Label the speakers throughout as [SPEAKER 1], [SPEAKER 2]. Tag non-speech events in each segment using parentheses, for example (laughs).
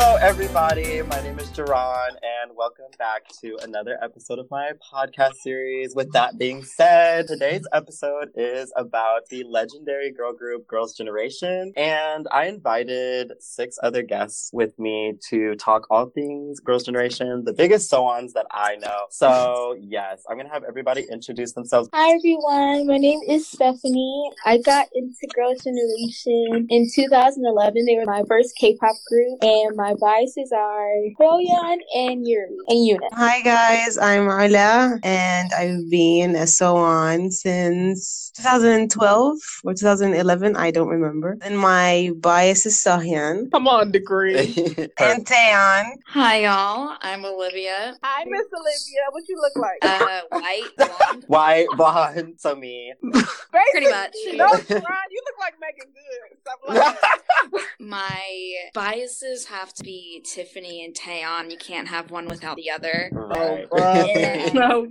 [SPEAKER 1] everybody. My name is Duran, and welcome back to another episode of my podcast series. With that being said, today's episode is about the legendary girl group Girls' Generation, and I invited six other guests with me to talk all things Girls' Generation, the biggest so-ons that I know. So, yes, I'm gonna have everybody introduce themselves.
[SPEAKER 2] Hi everyone, my name is Stephanie. I got into Girls' Generation in 2011. They were my first K-pop group, and my biases are Hyoyeon and Yuri and Yuna.
[SPEAKER 3] Hi guys, I'm Arla, and I've been a so on since 2012 or 2011, I don't remember. And my bias is Sahyan
[SPEAKER 4] Come on,
[SPEAKER 1] (laughs)
[SPEAKER 4] degree. (laughs)
[SPEAKER 3] and Taeyeon.
[SPEAKER 5] Hi, y'all. I'm Olivia.
[SPEAKER 4] Hi, Miss Olivia. What you look like?
[SPEAKER 5] Uh, white, blonde,
[SPEAKER 1] Why blonde to me?
[SPEAKER 5] pretty much.
[SPEAKER 4] No, Ron, Oh, you look like Megan Good. Stop lying.
[SPEAKER 5] My biases have to be Tiffany and Taeon. You can't have one without the other.
[SPEAKER 1] Right. (laughs)
[SPEAKER 5] And,
[SPEAKER 4] no.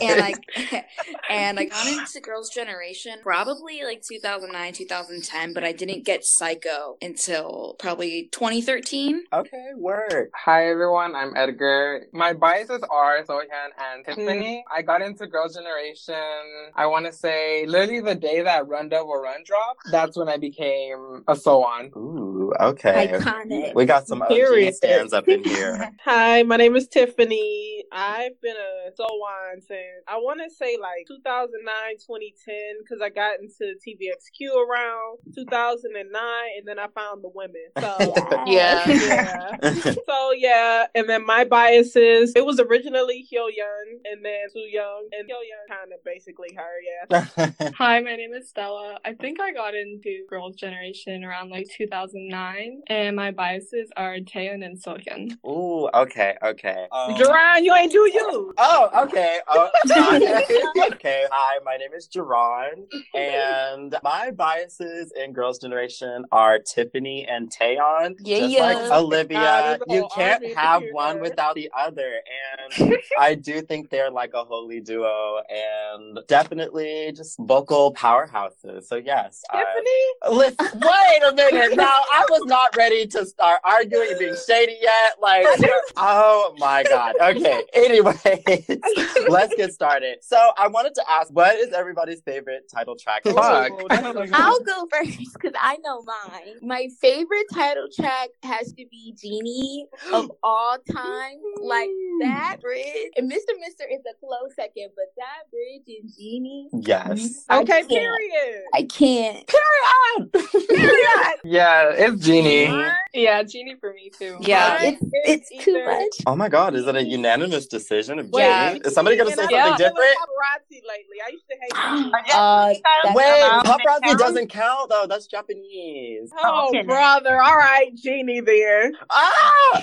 [SPEAKER 5] and I (laughs) and I got into Girls' Generation probably like 2009, 2010, but I didn't get Psycho until probably 2013.
[SPEAKER 1] okay, work.
[SPEAKER 6] Hi everyone, I'm Edgar. My biases are Sohan and
[SPEAKER 1] Mm-hmm.
[SPEAKER 6] Tiffany. I got into Girls' Generation, I want to say, literally the day that Run Devil Run dropped, that's when I became a so-on.
[SPEAKER 1] Ooh, okay.
[SPEAKER 2] Iconic.
[SPEAKER 1] We got some OG
[SPEAKER 4] Period.
[SPEAKER 1] stands up
[SPEAKER 4] (laughs)
[SPEAKER 1] in here. (laughs)
[SPEAKER 4] Hi, my name is Tiffany. I've been a so on since I want to say like 2009, 2010, because I got into TVXQ around 2009, and then I found the women. So.
[SPEAKER 7] (laughs)
[SPEAKER 5] Yeah.
[SPEAKER 4] yeah. So yeah, and then my biases. It was originally Hyoyeon, and then Soo Young, and Hyoyeon kind of basically her. Yeah.
[SPEAKER 1] (laughs)
[SPEAKER 7] Hi, my name is Stella. I think I got into Girls' Generation around like 2009, and my biases are Taeyeon and
[SPEAKER 1] (gasps)
[SPEAKER 7] Sohyun.
[SPEAKER 1] Ooh, okay, okay. Um,
[SPEAKER 4] Duran, you ain't do you.
[SPEAKER 1] Oh, okay. Oh, okay. Hi, my name is Jerron, and my biases in Girls' Generation are Tiffany and Taeon.
[SPEAKER 5] Yeah,
[SPEAKER 1] just
[SPEAKER 5] yeah.
[SPEAKER 1] like Olivia,
[SPEAKER 4] God, there's a
[SPEAKER 1] you
[SPEAKER 4] whole
[SPEAKER 1] can't
[SPEAKER 4] army
[SPEAKER 1] have
[SPEAKER 4] here.
[SPEAKER 1] one without the other. And I do think they're like a holy duo, and definitely just vocal powerhouses. So yes, I-
[SPEAKER 4] Tiffany.
[SPEAKER 1] (laughs) Listen, wait a minute. Now I was not ready to start arguing and being shady yet. Like, oh my god. Okay. Anyways, (laughs) let's get started. So I wanted to ask, what is everybody's favorite title track?
[SPEAKER 6] Fuck.
[SPEAKER 1] (laughs)
[SPEAKER 2] I'll go first because I know mine. My favorite title track has to be Genie
[SPEAKER 4] (gasps)
[SPEAKER 2] of all time. Like that
[SPEAKER 4] Mm.
[SPEAKER 2] bridge. And Mr. Mister is a close second, but that bridge and Genie,
[SPEAKER 1] Yes.
[SPEAKER 2] I
[SPEAKER 4] Okay,
[SPEAKER 2] can't.
[SPEAKER 4] period.
[SPEAKER 2] I can't.
[SPEAKER 6] Yeah, it's Genie.
[SPEAKER 7] Yeah, Genie for me too.
[SPEAKER 5] Yeah.
[SPEAKER 2] It's, it's too
[SPEAKER 4] either-
[SPEAKER 2] much.
[SPEAKER 1] Oh my god, is it a unanimous decision of Genie?
[SPEAKER 5] Yeah.
[SPEAKER 1] Is somebody gonna say
[SPEAKER 4] And
[SPEAKER 1] something
[SPEAKER 4] I've been
[SPEAKER 1] different?
[SPEAKER 4] with Paparazzi lately. I used to (gasps) hate. Genie.
[SPEAKER 2] Uh, that's
[SPEAKER 1] Wait,
[SPEAKER 2] about-
[SPEAKER 1] paparazzi doesn't count though. That's Japanese.
[SPEAKER 4] Oh, brother. All right, Genie there.
[SPEAKER 1] Ah!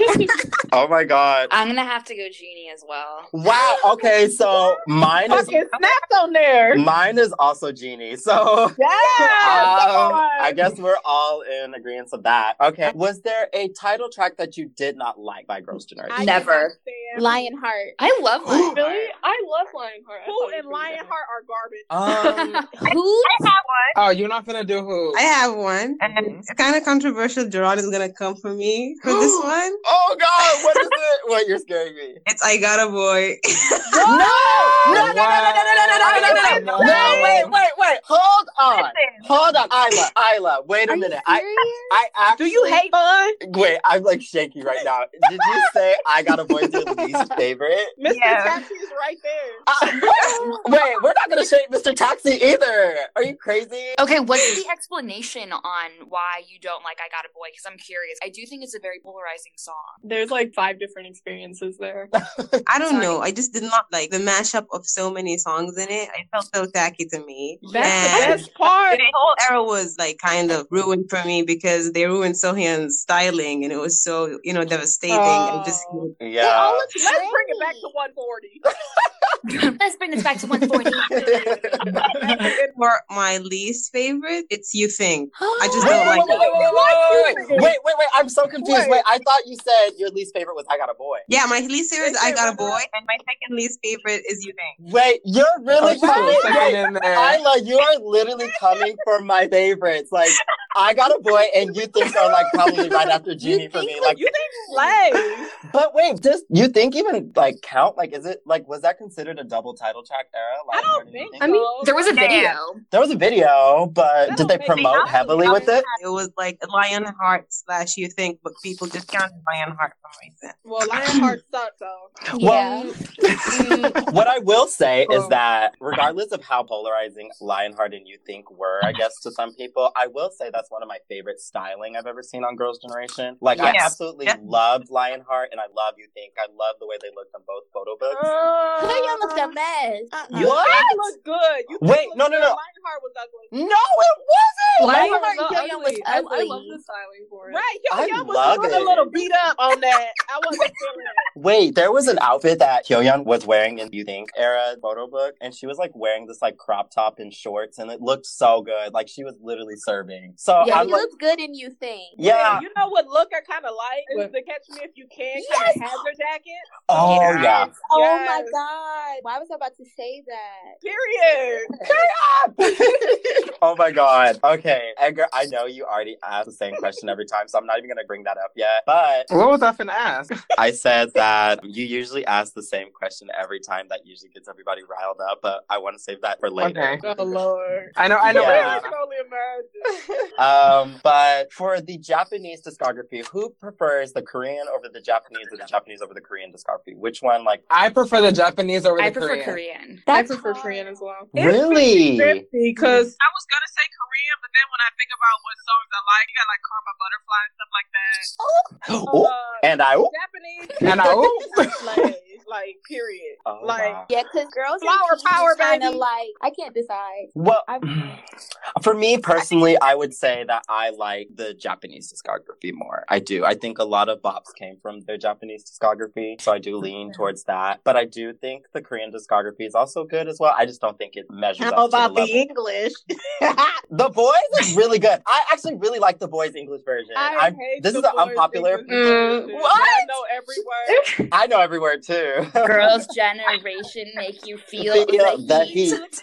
[SPEAKER 1] oh my god.
[SPEAKER 5] I'm gonna have to go Genie as well.
[SPEAKER 1] Wow. Okay, so mine is Mm.
[SPEAKER 4] Fucking snapped on there.
[SPEAKER 1] mine is also Genie. So
[SPEAKER 4] Yeah.
[SPEAKER 1] Um,
[SPEAKER 4] come on.
[SPEAKER 1] I guess we're all in agreement of that. Okay. Was there a title track that you did not like by Girls'
[SPEAKER 4] I
[SPEAKER 1] Generation?
[SPEAKER 4] can
[SPEAKER 5] Never.
[SPEAKER 4] understand.
[SPEAKER 2] Lionheart.
[SPEAKER 5] I love
[SPEAKER 1] Really?
[SPEAKER 5] Lionheart.
[SPEAKER 7] Really? I love Lionheart. I
[SPEAKER 4] Who
[SPEAKER 7] thought you
[SPEAKER 4] and
[SPEAKER 7] were gonna
[SPEAKER 4] Lionheart are garbage.
[SPEAKER 1] Um,
[SPEAKER 2] Who?
[SPEAKER 6] Oh, you're not gonna do who?
[SPEAKER 3] I have one.
[SPEAKER 6] Mhm.
[SPEAKER 3] It's kind of controversial. Gerard is gonna come for me for this one.
[SPEAKER 1] (laughs) oh God! What is it? What you're scaring me?
[SPEAKER 3] It's I Got a Boy. (laughs)
[SPEAKER 1] No! No! No! No! No! No! No! No! No! No! No! Wait! Wait! Wait! Hold on! Hold on, Isla. Isla, wait a
[SPEAKER 2] Are you
[SPEAKER 1] minute. I
[SPEAKER 2] serious?
[SPEAKER 1] I
[SPEAKER 4] Do
[SPEAKER 1] actually
[SPEAKER 4] you hate fun?
[SPEAKER 1] (laughs) Wait, I'm like shaking right now. Did you say I got a voice your least favorite? (laughs)
[SPEAKER 4] Mr.
[SPEAKER 8] Yeah.
[SPEAKER 4] Taxi is right there.
[SPEAKER 1] Uh, wait, we're not gonna shake Mr. Taxi either. Are you crazy?
[SPEAKER 5] Okay, what's the explanation on why you don't like I Got a Boy? Because I'm curious. I do think it's a very polarizing song.
[SPEAKER 7] do. (laughs) There's like five different experiences
[SPEAKER 1] (laughs)
[SPEAKER 7] there.
[SPEAKER 3] I don't know. I just did not like the mashup of so many songs in it. It felt so tacky to me.
[SPEAKER 4] That's the
[SPEAKER 3] And-
[SPEAKER 4] best part.
[SPEAKER 3] the whole era was like kind of ruined for me because they ruined Sohyun's styling and it was so, you know, devastating and just
[SPEAKER 4] Oh.
[SPEAKER 1] Yeah.
[SPEAKER 4] Let's bring it back to 140.
[SPEAKER 5] Let's bring this back to
[SPEAKER 1] (laughs)
[SPEAKER 5] 140.
[SPEAKER 3] for my least favorite, it's You Think. I just
[SPEAKER 1] Wait,
[SPEAKER 3] don't
[SPEAKER 1] wait,
[SPEAKER 3] like
[SPEAKER 1] (gasps) wait,
[SPEAKER 3] it.
[SPEAKER 1] wait, wait, wait, wait, wait,
[SPEAKER 4] Wait.
[SPEAKER 1] wait, wait, wait, I'm so confused. Wait.
[SPEAKER 4] Wait.
[SPEAKER 1] I thought you said your least favorite was I Got a Boy.
[SPEAKER 3] Yeah, my least favorite is I Got a Boy,
[SPEAKER 4] Favorite.
[SPEAKER 3] and my second least favorite is You Think.
[SPEAKER 1] Wait, you're
[SPEAKER 6] Oh,
[SPEAKER 1] really
[SPEAKER 6] she's
[SPEAKER 1] coming.
[SPEAKER 6] second
[SPEAKER 1] Wait,
[SPEAKER 6] in there.
[SPEAKER 1] Isla, you are literally coming for my favorites. Like, I got a boy, and you think are like probably (laughs) right after Genie for me. Like,
[SPEAKER 4] you think slay?
[SPEAKER 1] but wait, does you think even like count? Like, is it like was that considered a double title track era? Like,
[SPEAKER 4] I
[SPEAKER 1] or
[SPEAKER 4] don't
[SPEAKER 1] do you
[SPEAKER 4] think.
[SPEAKER 5] I mean,
[SPEAKER 4] so.
[SPEAKER 5] There was a
[SPEAKER 4] Yeah.
[SPEAKER 5] video.
[SPEAKER 1] there was a video, but
[SPEAKER 4] That
[SPEAKER 1] did
[SPEAKER 4] don't
[SPEAKER 1] they
[SPEAKER 4] make me
[SPEAKER 1] promote
[SPEAKER 4] happy.
[SPEAKER 1] heavily
[SPEAKER 4] I
[SPEAKER 1] with
[SPEAKER 4] mean,
[SPEAKER 1] it?
[SPEAKER 3] It was like Lionheart slash You Think, but people discounted Lionheart for some reason.
[SPEAKER 4] Well, Lionheart sucked though.
[SPEAKER 1] Well,
[SPEAKER 5] Yeah.
[SPEAKER 1] (laughs) what I will say is
[SPEAKER 6] Oh.
[SPEAKER 1] that regardless of how polarizing Lionheart and You Think were, I guess to some people, I will say that's one of my favorite styling I've ever seen on Girls' Generation. Like I
[SPEAKER 3] Yes.
[SPEAKER 1] absolutely
[SPEAKER 3] Yeah.
[SPEAKER 1] loved Lionheart and I love You Think. I love the way they looked on both photo books.
[SPEAKER 4] Uh,
[SPEAKER 2] Girl, y'all looked a mess. Uh-uh.
[SPEAKER 1] You- What?
[SPEAKER 4] You look good. You
[SPEAKER 1] Wait,
[SPEAKER 4] look
[SPEAKER 1] no, no,
[SPEAKER 4] good.
[SPEAKER 1] no.
[SPEAKER 4] Lionheart was ugly.
[SPEAKER 1] no, it wasn't.
[SPEAKER 7] Lion
[SPEAKER 1] Lionheart-
[SPEAKER 7] was
[SPEAKER 2] Young was
[SPEAKER 7] ugly. I, I love
[SPEAKER 2] ugly.
[SPEAKER 7] the styling for it.
[SPEAKER 4] Right, yo,
[SPEAKER 1] I
[SPEAKER 4] yo was
[SPEAKER 1] love
[SPEAKER 4] looking
[SPEAKER 1] it.
[SPEAKER 4] a little beat up on that. I wasn't feeling it.
[SPEAKER 1] Wait, there was an outfit that Hyoyeon was wearing in You Think era photo book, and she was like wearing this like crop top and shorts, and it looked so good. Like she was literally serving. So
[SPEAKER 2] yeah,
[SPEAKER 1] I'm
[SPEAKER 2] he
[SPEAKER 1] like,
[SPEAKER 2] looked good in You Think.
[SPEAKER 1] yeah.
[SPEAKER 4] You know what look I kind of like is
[SPEAKER 7] What?
[SPEAKER 4] the Catch Me If You Can kind
[SPEAKER 2] Yes!
[SPEAKER 4] of hazard jacket.
[SPEAKER 1] Oh
[SPEAKER 5] Yeah.
[SPEAKER 1] yeah.
[SPEAKER 2] Oh my
[SPEAKER 4] Yes.
[SPEAKER 2] god. Why was I about to say that?
[SPEAKER 4] Period.
[SPEAKER 1] (laughs) oh my god. Okay, Edgar, I know you already ask the same question every time, so I'm not even gonna bring that up yet. But
[SPEAKER 6] What was I finna ask?
[SPEAKER 1] I said that you usually ask the same question every time. That usually gets everybody riled up. But I want to save that for later.
[SPEAKER 6] Okay.
[SPEAKER 4] Oh lord.
[SPEAKER 6] I know, I know.
[SPEAKER 4] I
[SPEAKER 1] Yeah.
[SPEAKER 4] can only imagine.
[SPEAKER 1] Um, but for the Japanese discography, who prefers the Korean over the Japanese, or the Japanese over the Korean discography? Which one? Like,
[SPEAKER 6] I prefer the Japanese over the
[SPEAKER 5] I prefer
[SPEAKER 6] Korean.
[SPEAKER 5] Korean.
[SPEAKER 7] I
[SPEAKER 2] That's
[SPEAKER 7] prefer
[SPEAKER 2] hard.
[SPEAKER 7] Korean as well.
[SPEAKER 1] really?
[SPEAKER 4] Because I was gonna say Korean, but then when I think about what songs I like, you got like Karma Butterfly and stuff like that.
[SPEAKER 1] (gasps) Oh, and I. Oh,
[SPEAKER 4] uh, Japanese
[SPEAKER 6] And I- ooh. (laughs)
[SPEAKER 1] (laughs)
[SPEAKER 4] slaves, like period. like
[SPEAKER 1] wow.
[SPEAKER 2] Yeah, because girls
[SPEAKER 4] Flower
[SPEAKER 2] in
[SPEAKER 4] power,
[SPEAKER 2] kind of
[SPEAKER 4] baby.
[SPEAKER 2] like I can't decide.
[SPEAKER 1] Well,
[SPEAKER 2] I-
[SPEAKER 1] (sighs) for me personally, I would say that I like the Japanese discography more. I do. I think a lot of bops came from their Japanese discography, so I do lean towards that. But I do think the Korean discography is also good as well. I just don't think it measures up to the level.
[SPEAKER 3] English?
[SPEAKER 1] The Boys is really good. I actually really like the Boys English version.
[SPEAKER 4] (laughs) I
[SPEAKER 1] I,
[SPEAKER 4] hate
[SPEAKER 1] this
[SPEAKER 4] the
[SPEAKER 1] is an
[SPEAKER 4] boys'
[SPEAKER 1] unpopular.
[SPEAKER 4] English version,
[SPEAKER 5] Mm,
[SPEAKER 4] but I
[SPEAKER 1] what?
[SPEAKER 4] know every word.
[SPEAKER 1] (laughs) I know every word too.
[SPEAKER 5] (laughs) Girls' generation make you feel
[SPEAKER 1] Feel the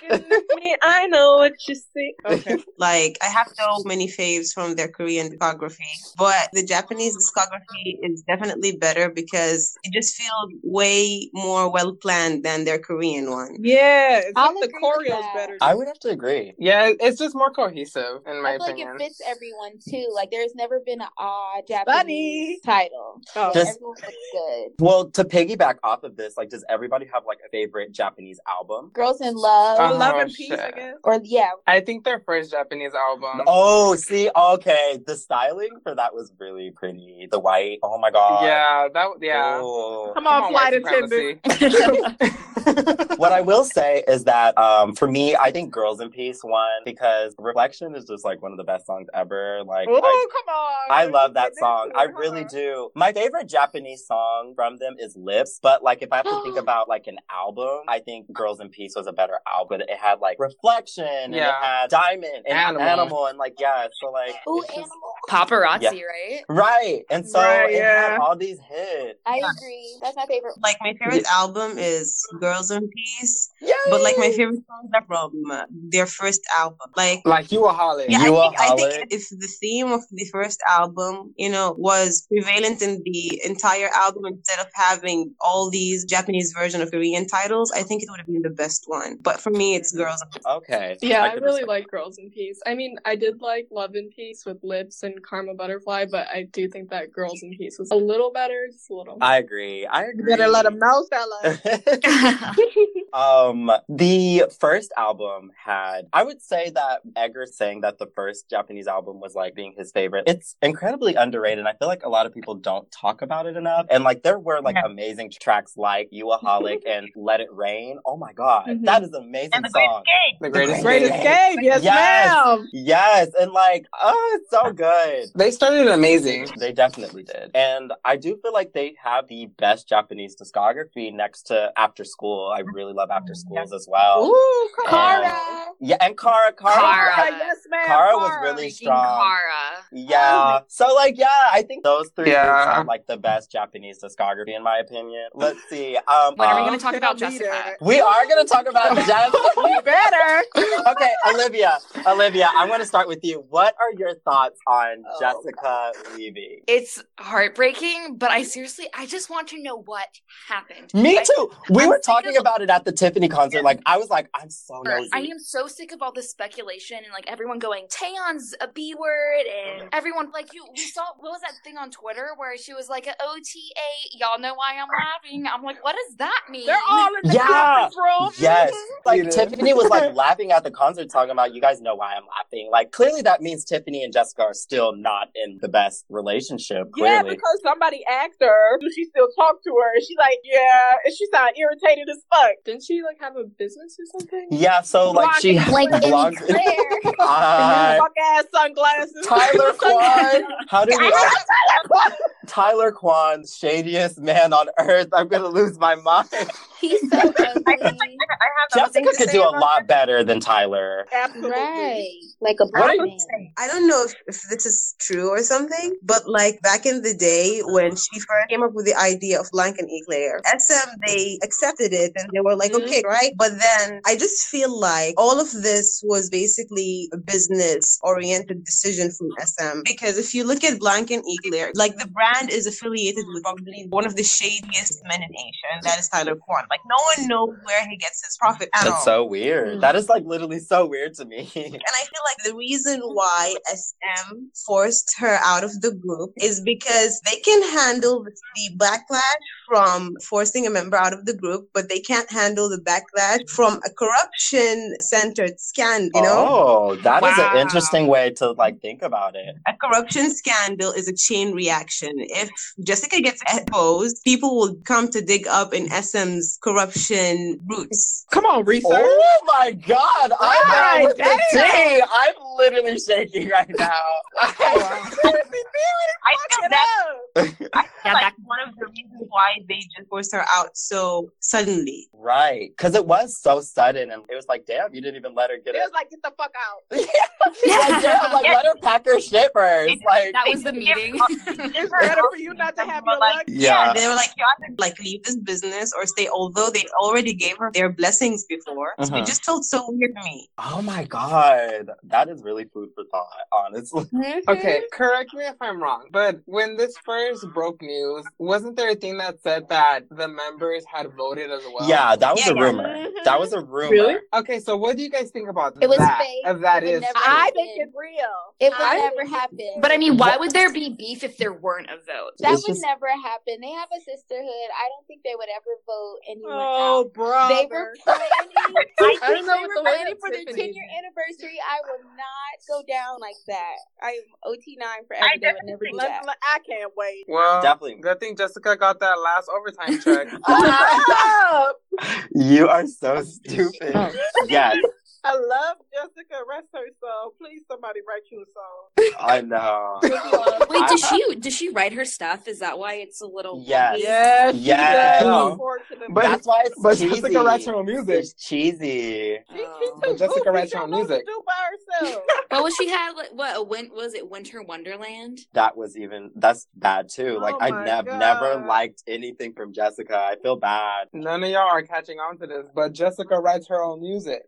[SPEAKER 4] I know what you see.
[SPEAKER 1] (laughs)
[SPEAKER 4] Okay.
[SPEAKER 3] Like I have so many faves from their Korean discography, but the Japanese discography is definitely better because it just feels way more well planned than their Korean one.
[SPEAKER 4] Yeah, it's
[SPEAKER 2] I'll
[SPEAKER 4] like the
[SPEAKER 2] agree with
[SPEAKER 4] choreo's
[SPEAKER 2] that.
[SPEAKER 4] better.
[SPEAKER 1] (laughs) I would have to agree.
[SPEAKER 6] Yeah, it's just more cohesive in my
[SPEAKER 2] I feel like
[SPEAKER 6] opinion.
[SPEAKER 2] it fits everyone too. Like there's never been an odd
[SPEAKER 4] Bunny.
[SPEAKER 2] Japanese title.
[SPEAKER 4] Oh.
[SPEAKER 1] Just-
[SPEAKER 2] Everyone looks good.
[SPEAKER 1] Well, to piggyback off of this, like, does everybody have like a favorite Japanese album?
[SPEAKER 2] Girls in Love,
[SPEAKER 6] Uh-huh.
[SPEAKER 4] love
[SPEAKER 6] Oh,
[SPEAKER 4] and peace, I
[SPEAKER 6] shit.
[SPEAKER 4] guess.
[SPEAKER 2] or yeah,
[SPEAKER 6] I think their first Japanese album.
[SPEAKER 1] Oh, see, okay. The styling for that was really pretty. The white. Oh my god.
[SPEAKER 6] Yeah, that
[SPEAKER 1] oh.
[SPEAKER 6] yeah.
[SPEAKER 1] Ooh.
[SPEAKER 4] Come on, flight
[SPEAKER 6] white
[SPEAKER 4] attendant.
[SPEAKER 6] supremacy. (laughs)
[SPEAKER 1] what I will say is that um, for me, I think Girls in Peace won because Reflection is just like one of the best songs ever. Like,
[SPEAKER 4] Oh,
[SPEAKER 1] I,
[SPEAKER 4] come on.
[SPEAKER 1] I
[SPEAKER 4] We're
[SPEAKER 1] love
[SPEAKER 4] just
[SPEAKER 1] that song. I
[SPEAKER 4] getting into it,
[SPEAKER 1] really
[SPEAKER 4] huh?
[SPEAKER 1] do. My favorite Japanese song from them is Lips, but like if I have to
[SPEAKER 6] (gasps)
[SPEAKER 1] think about like an album, I think Girls in Peace was a better album. It had like Reflection and
[SPEAKER 6] Yeah.
[SPEAKER 1] it had Diamond and Animal,
[SPEAKER 6] Animal.
[SPEAKER 1] and like yeah, so like
[SPEAKER 2] Ooh,
[SPEAKER 1] it's just-
[SPEAKER 2] Animal.
[SPEAKER 5] (laughs) Paparazzi,
[SPEAKER 1] Yeah.
[SPEAKER 5] right?
[SPEAKER 1] Right. And so
[SPEAKER 4] Right,
[SPEAKER 1] it
[SPEAKER 4] yeah.
[SPEAKER 1] had all these hits.
[SPEAKER 2] I agree. That's my favorite.
[SPEAKER 3] Like my favorite album is Girls in Peace,
[SPEAKER 1] Yay!
[SPEAKER 3] but like my favorite songs are from uh, their first album. Like
[SPEAKER 6] like you a holly.
[SPEAKER 3] Yeah,
[SPEAKER 1] You
[SPEAKER 3] I
[SPEAKER 1] a
[SPEAKER 3] think, I
[SPEAKER 1] holic.
[SPEAKER 3] think if the theme of the first album, you know, was prevalent in the entire album instead of having all these Japanese version of Korean titles, I think it would have been the best one. But for me, it's Girls.
[SPEAKER 1] Okay.
[SPEAKER 7] Yeah, I,
[SPEAKER 1] could
[SPEAKER 7] really
[SPEAKER 1] respect-
[SPEAKER 7] like Girls in Peace. I mean, I did like Love in Peace with Lips and Karma Butterfly, but I do think that Girls in Peace was a little better, just a little.
[SPEAKER 1] I agree. I
[SPEAKER 4] You
[SPEAKER 1] agree.
[SPEAKER 4] better let them know,
[SPEAKER 1] (laughs)
[SPEAKER 4] fella.
[SPEAKER 1] um the first album had i would say that edgar saying that the first japanese album was like being his favorite it's incredibly underrated and i feel like a lot of people don't talk about it enough and like there were like amazing tracks like you a holic
[SPEAKER 4] (laughs)
[SPEAKER 1] and let it rain oh my god
[SPEAKER 7] Mhm.
[SPEAKER 4] Mm-hmm.
[SPEAKER 1] that is an amazing
[SPEAKER 3] And The Great
[SPEAKER 1] song
[SPEAKER 6] the
[SPEAKER 1] The
[SPEAKER 6] greatest.
[SPEAKER 4] Great
[SPEAKER 6] hits.
[SPEAKER 4] escape, yes,
[SPEAKER 1] Yes.
[SPEAKER 4] ma'am.
[SPEAKER 1] yes and like oh it's so good
[SPEAKER 6] They started amazing.
[SPEAKER 1] they definitely did. And I do feel like they have the best Japanese discography next to After School. I really love Club after schools as well.
[SPEAKER 4] Ooh, Kara.
[SPEAKER 1] Oh. Kara. Yeah, and Kara, Kara,
[SPEAKER 5] Kara.
[SPEAKER 4] Kara, yes, ma'am.
[SPEAKER 1] Kara was really
[SPEAKER 5] Freaking
[SPEAKER 1] strong.
[SPEAKER 5] Kara. Oh
[SPEAKER 1] Yeah. So like yeah, I think those three
[SPEAKER 6] Yeah.
[SPEAKER 1] groups have like the best Japanese discography in my opinion. Let's see. Um
[SPEAKER 8] When are we
[SPEAKER 1] um,
[SPEAKER 8] gonna talk about
[SPEAKER 4] Tell me
[SPEAKER 8] Jessica?
[SPEAKER 4] that.
[SPEAKER 1] we are gonna talk about Jasmine.
[SPEAKER 4] You better.
[SPEAKER 1] (laughs) okay, Olivia. Olivia, I'm gonna start with you. What are your thoughts on
[SPEAKER 4] Oh,
[SPEAKER 1] Jessica leaving?
[SPEAKER 8] It's
[SPEAKER 5] Heartbreaking, but I seriously, I just want to know what happened.
[SPEAKER 1] Me
[SPEAKER 5] Like,
[SPEAKER 1] too. We
[SPEAKER 5] I'm
[SPEAKER 1] were
[SPEAKER 5] sick
[SPEAKER 1] talking
[SPEAKER 5] of-
[SPEAKER 1] about it at the Tiffany concert. Like I was like, I'm so nosy.
[SPEAKER 5] I am so sick of all this speculation and like everyone going Taeyon's a B word and everyone like you we saw what was that thing on Twitter where she was like a OTA y'all know why I'm laughing I'm like what does that mean
[SPEAKER 4] They're all in the
[SPEAKER 1] Yeah.
[SPEAKER 4] conference room.
[SPEAKER 1] Yes. Like
[SPEAKER 6] Eat it.
[SPEAKER 1] Tiffany was like laughing at the concert talking about you guys know why I'm laughing. Like clearly that means Tiffany and Jessica are still not in the best relationship,
[SPEAKER 4] Yeah,
[SPEAKER 1] clearly.
[SPEAKER 4] because somebody asked her, do she still talk to her? And she's like, yeah. And she sounded irritated as fuck.
[SPEAKER 7] Didn't she like have a business or something?
[SPEAKER 1] yeah, so like she
[SPEAKER 2] Like Emmy
[SPEAKER 1] blogs (laughs)
[SPEAKER 2] Claire.
[SPEAKER 6] (laughs)
[SPEAKER 1] Hi.
[SPEAKER 4] Fuck ass sunglasses. (laughs)
[SPEAKER 1] Tyler Kwan. How do we (laughs)
[SPEAKER 4] I have Tyler Kwan.
[SPEAKER 1] Tyler Kwan, shadiest man on earth. I'm gonna lose my mind.
[SPEAKER 3] (laughs)
[SPEAKER 2] He's so ugly.
[SPEAKER 3] I have something
[SPEAKER 1] Jessica
[SPEAKER 3] to
[SPEAKER 1] could
[SPEAKER 3] say
[SPEAKER 1] do a
[SPEAKER 3] about
[SPEAKER 1] lot better than Tyler.
[SPEAKER 4] Absolutely.
[SPEAKER 2] Right. Like a
[SPEAKER 1] What
[SPEAKER 2] black
[SPEAKER 1] are
[SPEAKER 2] man.
[SPEAKER 3] I don't know if, if this is true or something, but like back in the day when she first came up with the idea of blank and eclair, SM they accepted it and they were like,
[SPEAKER 4] Mhm.
[SPEAKER 3] okay, right? But then I just feel like all of this was basically a business oriented decision from SM because if you look at blank and eclair, like the brand is affiliated with probably one of the shadiest men in Asia, and that is Tyler Kwan. Like no one knows where he gets his profit at all.
[SPEAKER 1] That's so weird. That is like literally so weird to me.
[SPEAKER 3] And I feel like the reason why SM forced her out of the group is because they can handle the backlash from forcing a member out of the group, but they can't handle the backlash from a corruption centered scandal. You know,
[SPEAKER 1] Oh, that is an
[SPEAKER 5] Wow.
[SPEAKER 1] interesting way to like think about it.
[SPEAKER 3] a corruption scandal is a chain reaction. If Jessica gets exposed, people will come to dig up in SM's corruption roots.
[SPEAKER 4] Come on, research.
[SPEAKER 1] Oh my god, I'm
[SPEAKER 4] Right,
[SPEAKER 1] with the tea. I'm literally shaking right now. (laughs)
[SPEAKER 3] I feel that
[SPEAKER 8] yeah,
[SPEAKER 3] like
[SPEAKER 8] that
[SPEAKER 3] one of the reasons why they just forced her out so suddenly.
[SPEAKER 1] right, because it was so sudden, and it was like, damn, you didn't even let her get
[SPEAKER 4] It was
[SPEAKER 1] it.
[SPEAKER 4] like, get the fuck out.
[SPEAKER 1] like, damn, like let her pack her shit first. Like,
[SPEAKER 8] that was the meeting.
[SPEAKER 4] It's better for you not to have your luck.
[SPEAKER 3] Yeah,
[SPEAKER 1] Uh,
[SPEAKER 3] they were like, you either like leave this business or stay. Although they already gave her their blessings before, so
[SPEAKER 1] Mhm.
[SPEAKER 3] it just felt so weird to me.
[SPEAKER 1] oh my god, that is really food for thought, honestly.
[SPEAKER 4] Mm-hmm.
[SPEAKER 6] Okay, correct me if I'm wrong, but when this first broke news, wasn't there a thing that said that the members had voted as well?
[SPEAKER 1] yeah, that was
[SPEAKER 3] Yeah,
[SPEAKER 1] a
[SPEAKER 3] yeah.
[SPEAKER 1] rumor.
[SPEAKER 4] Mhm.
[SPEAKER 1] That was a rumor.
[SPEAKER 6] Really? Okay, so what do you guys think about
[SPEAKER 2] It was
[SPEAKER 6] that?
[SPEAKER 2] fake.
[SPEAKER 6] If that
[SPEAKER 2] It would
[SPEAKER 6] is-
[SPEAKER 2] never-
[SPEAKER 4] I think it's real.
[SPEAKER 2] It would
[SPEAKER 4] I-
[SPEAKER 2] never happen.
[SPEAKER 5] (laughs) but I mean why would there be beef if there weren't a vote
[SPEAKER 2] that
[SPEAKER 1] It's
[SPEAKER 2] would
[SPEAKER 1] just-
[SPEAKER 2] never happen. They have a sisterhood. I don't think they would ever vote anyone out.
[SPEAKER 4] Oh, bro.
[SPEAKER 2] They were planning.
[SPEAKER 7] I
[SPEAKER 2] (laughs) I, think
[SPEAKER 7] don't know
[SPEAKER 2] they
[SPEAKER 7] what
[SPEAKER 2] were
[SPEAKER 7] the way
[SPEAKER 2] planning
[SPEAKER 7] that
[SPEAKER 2] for their
[SPEAKER 7] Tiffany-
[SPEAKER 2] ten year anniversary. I will not go down like that. I am OT nine forever. They would never do that.
[SPEAKER 4] I can't
[SPEAKER 6] (laughs)
[SPEAKER 4] wait.
[SPEAKER 6] Well,
[SPEAKER 1] Definitely.
[SPEAKER 6] Good thing Jessica got that last overtime check.
[SPEAKER 4] Love.
[SPEAKER 1] you are so stupid.
[SPEAKER 8] Oh.
[SPEAKER 1] Yes,
[SPEAKER 4] (laughs) I love Jessica. Rest her soul. Please, somebody write you a song.
[SPEAKER 1] I know.
[SPEAKER 5] wait does she does she write her stuff is that why it's a little
[SPEAKER 1] Yes.
[SPEAKER 5] wonky?
[SPEAKER 6] yes.
[SPEAKER 1] Yes.
[SPEAKER 6] No.
[SPEAKER 4] Unfortunately,
[SPEAKER 6] But-
[SPEAKER 1] That's why it's
[SPEAKER 6] (laughs) But
[SPEAKER 1] cheesy.
[SPEAKER 6] Jessica writes her own music.
[SPEAKER 1] It's cheesy.
[SPEAKER 4] she, she
[SPEAKER 5] Oh.
[SPEAKER 4] too
[SPEAKER 6] Jessica
[SPEAKER 4] goofy.
[SPEAKER 6] writes
[SPEAKER 4] She
[SPEAKER 6] her own
[SPEAKER 4] don't know what to
[SPEAKER 6] music.
[SPEAKER 4] Do
[SPEAKER 6] (laughs)
[SPEAKER 4] by herself.
[SPEAKER 5] what was she had like what a win- was it Winter Wonderland
[SPEAKER 1] That was even that's bad too. Like
[SPEAKER 4] Oh
[SPEAKER 1] I
[SPEAKER 4] my
[SPEAKER 1] nev-
[SPEAKER 4] God.
[SPEAKER 1] never liked anything from Jessica. I feel bad.
[SPEAKER 6] None of y'all are catching on to this, but Jessica writes her own music.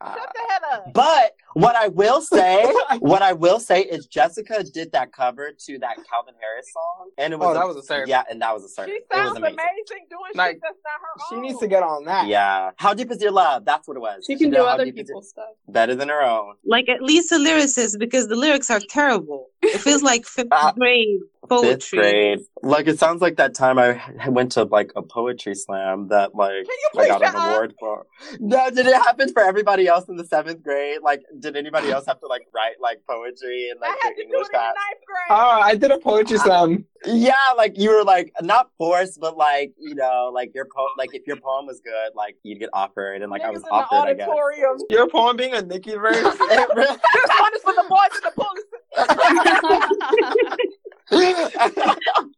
[SPEAKER 1] Uh,
[SPEAKER 4] Shut the head up.
[SPEAKER 1] but what I will say, what I will say is Jessica did that cover to that Calvin Harris song, and it was
[SPEAKER 6] Oh, that was a serve.
[SPEAKER 1] yeah, and that was a serve.
[SPEAKER 4] She
[SPEAKER 1] It was
[SPEAKER 4] sounds
[SPEAKER 1] amazing.
[SPEAKER 4] amazing. doing
[SPEAKER 6] Like,
[SPEAKER 4] shit that's not her
[SPEAKER 6] She
[SPEAKER 4] own.
[SPEAKER 6] needs to get on that.
[SPEAKER 1] Yeah, how deep is your love? That's what it was.
[SPEAKER 7] She can
[SPEAKER 1] did
[SPEAKER 7] do
[SPEAKER 1] How
[SPEAKER 7] other
[SPEAKER 1] Deep Is Your-
[SPEAKER 7] people's stuff.
[SPEAKER 1] better than her own.
[SPEAKER 3] Like at least a lyricist, because the lyrics are terrible. It feels
[SPEAKER 1] (laughs)
[SPEAKER 3] like fifth
[SPEAKER 1] Ah.
[SPEAKER 3] grade
[SPEAKER 1] Fifth
[SPEAKER 3] poetry.
[SPEAKER 1] grade. Like it sounds like that time I h- went to like a poetry slam that like
[SPEAKER 4] Can you
[SPEAKER 1] I
[SPEAKER 4] please
[SPEAKER 1] got
[SPEAKER 4] shut
[SPEAKER 1] an
[SPEAKER 4] up?
[SPEAKER 1] award for. No, did it happen for everybody else in the seventh grade? Like, did anybody else have to like write like poetry and
[SPEAKER 4] I
[SPEAKER 1] like
[SPEAKER 4] had
[SPEAKER 1] their
[SPEAKER 4] to do it in
[SPEAKER 1] English
[SPEAKER 4] the
[SPEAKER 1] class?
[SPEAKER 4] ninth grade.
[SPEAKER 6] Oh, I did a poetry slam.
[SPEAKER 1] Yeah, like you were like not forced, but like you know, like your poem, like if your poem was good, like you'd get offered, and like I
[SPEAKER 4] Niggas
[SPEAKER 1] was
[SPEAKER 4] in
[SPEAKER 1] offered, I
[SPEAKER 4] the
[SPEAKER 1] guess.
[SPEAKER 4] auditorium.
[SPEAKER 6] Your poem being a Nicki verse.
[SPEAKER 1] (laughs) It really- (laughs)
[SPEAKER 4] This one is for the boys in the police.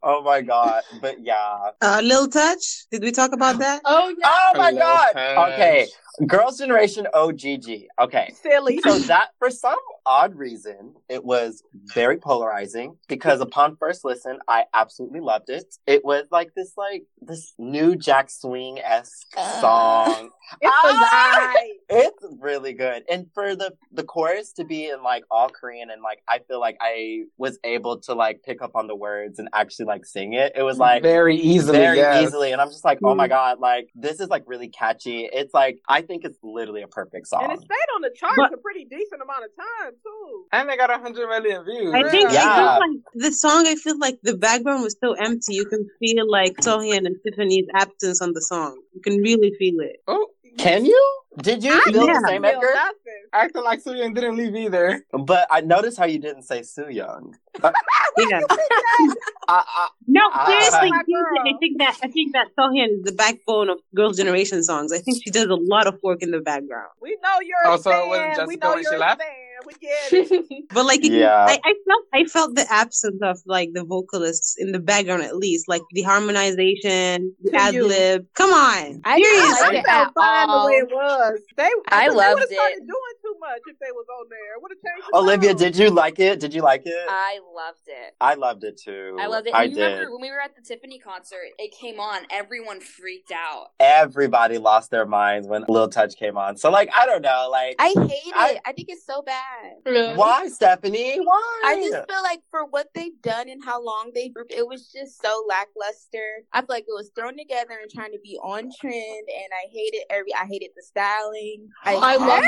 [SPEAKER 1] oh my god. But yeah.
[SPEAKER 3] Uh, Lil Touch, did we talk about that?
[SPEAKER 2] Oh yeah.
[SPEAKER 1] Oh my
[SPEAKER 6] Hello,
[SPEAKER 1] god.
[SPEAKER 6] Paige.
[SPEAKER 1] Okay. Girls Generation OGG. Okay.
[SPEAKER 4] Silly.
[SPEAKER 1] So that for some odd reason it was very polarizing because upon first listen I absolutely loved it. It was like this like this new Jack Swing esque
[SPEAKER 2] Uh.
[SPEAKER 1] song.
[SPEAKER 4] It's a
[SPEAKER 1] Ah!
[SPEAKER 4] lie.
[SPEAKER 1] It's really good. And for the the chorus to be in like all Korean and like I feel like I was able to like pick up on the words and actually like sing it. It was like
[SPEAKER 6] very easily,
[SPEAKER 1] very
[SPEAKER 6] yes. Mm.
[SPEAKER 1] easily and i'm just like oh my god like this is like really catchy it's like i think it's literally a perfect
[SPEAKER 4] And it
[SPEAKER 1] song
[SPEAKER 4] stayed on the charts
[SPEAKER 3] But-
[SPEAKER 4] a pretty decent amount of time too.
[SPEAKER 6] And they got 100 million views.
[SPEAKER 3] I think
[SPEAKER 1] Yeah.
[SPEAKER 3] I feel like the song. I feel like the background was so empty. You can feel like Sohyun and Tiffany's absence on the song. You can really feel it.
[SPEAKER 6] Oh,
[SPEAKER 1] can you did you feel the
[SPEAKER 3] yeah.
[SPEAKER 1] same
[SPEAKER 4] Feel
[SPEAKER 1] Edgar?
[SPEAKER 4] nothing.
[SPEAKER 6] acting like Suyeon didn't leave either.
[SPEAKER 1] but i noticed how you didn't say soo young
[SPEAKER 3] Yeah.
[SPEAKER 5] (laughs)
[SPEAKER 1] I,
[SPEAKER 3] No,
[SPEAKER 1] Ah.
[SPEAKER 3] seriously,
[SPEAKER 4] My
[SPEAKER 3] seriously, I
[SPEAKER 4] girl.
[SPEAKER 3] think that I think that Sohyun is the backbone of Girls' Generation songs. I think she does a lot of work in the background.
[SPEAKER 4] We know you're a
[SPEAKER 6] Oh, so it
[SPEAKER 4] fan.
[SPEAKER 6] wasn't
[SPEAKER 4] we
[SPEAKER 6] Jessica
[SPEAKER 4] know
[SPEAKER 6] when she
[SPEAKER 4] you're a
[SPEAKER 6] left?
[SPEAKER 4] fan. We get it.
[SPEAKER 3] But like, it-
[SPEAKER 1] Yeah.
[SPEAKER 3] I, I felt I felt the absence of like the vocalists in the background at least, like the harmonization, the
[SPEAKER 4] To
[SPEAKER 3] ad
[SPEAKER 4] you.
[SPEAKER 3] lib. Come on,
[SPEAKER 2] I didn't
[SPEAKER 3] Seriously.
[SPEAKER 2] like it at
[SPEAKER 4] so fine the way
[SPEAKER 2] all.
[SPEAKER 4] it was. They,
[SPEAKER 8] I
[SPEAKER 4] they
[SPEAKER 8] loved
[SPEAKER 4] would've started
[SPEAKER 8] it.
[SPEAKER 4] doing too much if they was on there. Would have changed. The
[SPEAKER 1] olivia
[SPEAKER 4] song.
[SPEAKER 1] did you like it did you like it
[SPEAKER 5] I loved it.
[SPEAKER 1] i loved it too
[SPEAKER 5] Uh, I loved it. And
[SPEAKER 1] i
[SPEAKER 5] you
[SPEAKER 1] did
[SPEAKER 5] remember when we were at the Tiffany concert, it came on, everyone freaked out.
[SPEAKER 1] everybody lost their minds when lil touch came on so like i don't know like
[SPEAKER 2] I hate
[SPEAKER 1] I-
[SPEAKER 2] it. I think it's so bad.
[SPEAKER 7] Really?
[SPEAKER 1] why stephanie why
[SPEAKER 2] I just feel like for what they've done and how long they've it was just so lackluster. I feel like it was thrown together and trying to be on trend, and I hated every. I hated the styling.
[SPEAKER 7] I love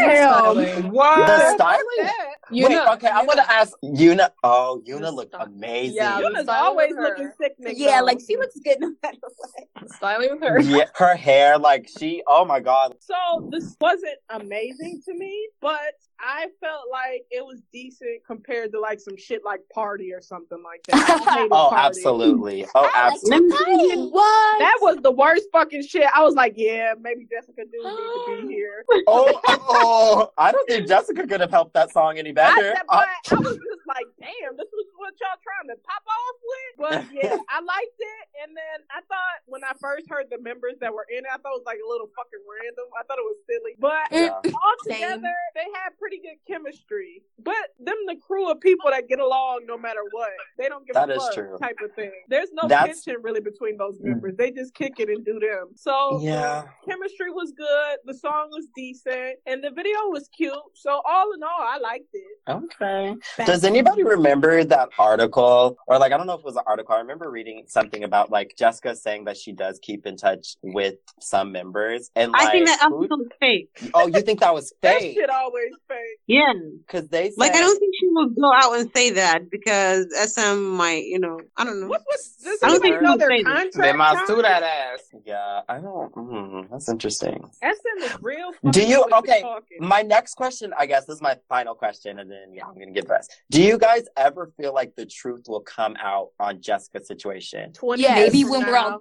[SPEAKER 7] her
[SPEAKER 2] hated- (laughs)
[SPEAKER 7] styling.
[SPEAKER 4] Damn.
[SPEAKER 6] What?
[SPEAKER 1] the
[SPEAKER 4] Fuck
[SPEAKER 1] styling
[SPEAKER 4] that.
[SPEAKER 7] (laughs) You
[SPEAKER 1] Wait,
[SPEAKER 7] know,
[SPEAKER 1] okay, I want to ask Yuna. Oh, Yuna
[SPEAKER 7] Just
[SPEAKER 1] looked
[SPEAKER 7] stop.
[SPEAKER 1] amazing.
[SPEAKER 7] Yeah,
[SPEAKER 1] Yeah,
[SPEAKER 7] Yuna-
[SPEAKER 4] Luna's
[SPEAKER 7] Styling
[SPEAKER 4] always
[SPEAKER 7] of her.
[SPEAKER 4] looking sickening.
[SPEAKER 2] Yeah,
[SPEAKER 4] though.
[SPEAKER 2] like she looks good no matter what.
[SPEAKER 7] styling with
[SPEAKER 1] Mm-hmm.
[SPEAKER 7] her.
[SPEAKER 1] her hair, like she. Oh my god.
[SPEAKER 4] So this wasn't amazing to me, but I felt like it was decent compared to like some shit like Party or something like that. I hated
[SPEAKER 1] (laughs) Oh,
[SPEAKER 4] Party.
[SPEAKER 1] absolutely. Oh,
[SPEAKER 2] I like
[SPEAKER 1] absolutely.
[SPEAKER 2] Party. What?
[SPEAKER 4] That was the worst fucking shit. I was like, yeah, maybe Jessica do need
[SPEAKER 2] (gasps)
[SPEAKER 4] to be here.
[SPEAKER 1] Oh, oh. I don't think Jessica could have helped that song any
[SPEAKER 4] I,
[SPEAKER 1] better.
[SPEAKER 4] that-
[SPEAKER 1] Uh,
[SPEAKER 4] but I was just like, damn, this was what y'all trying to pop off with.
[SPEAKER 1] (laughs)
[SPEAKER 4] But yeah, I liked it. And then I thought when I first heard the members that were in it, I thought it was like a little fucking random. I thought it was silly. But
[SPEAKER 1] (laughs) yeah.
[SPEAKER 4] all
[SPEAKER 2] Same.
[SPEAKER 4] together, they had pretty good chemistry. But them, the crew of people that get along no matter what, they don't give
[SPEAKER 1] That
[SPEAKER 4] a
[SPEAKER 1] is
[SPEAKER 4] fuck
[SPEAKER 1] true.
[SPEAKER 4] type of thing. There's no
[SPEAKER 1] That's-
[SPEAKER 4] tension really between those
[SPEAKER 1] Mm-hmm.
[SPEAKER 4] members. They just kick it and do them. So
[SPEAKER 1] Yeah.
[SPEAKER 4] chemistry was good. The song was decent, and the video was cute. So all in all, I liked it.
[SPEAKER 1] Okay. Does anybody remember that article? Or like I don't know if it was an article. I remember reading something about like Jessica saying that she does keep in touch with some members. And like
[SPEAKER 3] I think that
[SPEAKER 1] who-
[SPEAKER 3] article is fake.
[SPEAKER 1] Oh, you think
[SPEAKER 3] (laughs)
[SPEAKER 1] that was
[SPEAKER 4] That
[SPEAKER 1] fake?
[SPEAKER 4] shit always fake.
[SPEAKER 3] Yeah,
[SPEAKER 1] Because they said
[SPEAKER 3] like I don't think she will go out and say that because SM might, you know, I don't know.
[SPEAKER 4] What was? Does
[SPEAKER 3] I don't
[SPEAKER 4] anybody
[SPEAKER 3] think
[SPEAKER 4] know
[SPEAKER 3] people
[SPEAKER 4] their
[SPEAKER 3] say this.
[SPEAKER 6] They
[SPEAKER 4] contract?
[SPEAKER 6] must
[SPEAKER 4] time?
[SPEAKER 6] do that ass.
[SPEAKER 1] Yeah, I don't. Mm, that's interesting.
[SPEAKER 4] SM is real.
[SPEAKER 1] Do
[SPEAKER 4] fucking
[SPEAKER 1] you-
[SPEAKER 4] good with
[SPEAKER 1] okay.
[SPEAKER 4] talking.
[SPEAKER 1] My next question, I guess, this is my final question, and then yeah, I'm gonna get dressed. Do you guys ever feel like the truth will come out on Jessica's situation?
[SPEAKER 4] Twenty.
[SPEAKER 2] Yes.
[SPEAKER 4] years
[SPEAKER 5] Maybe
[SPEAKER 4] from
[SPEAKER 5] when we're all
[SPEAKER 4] now.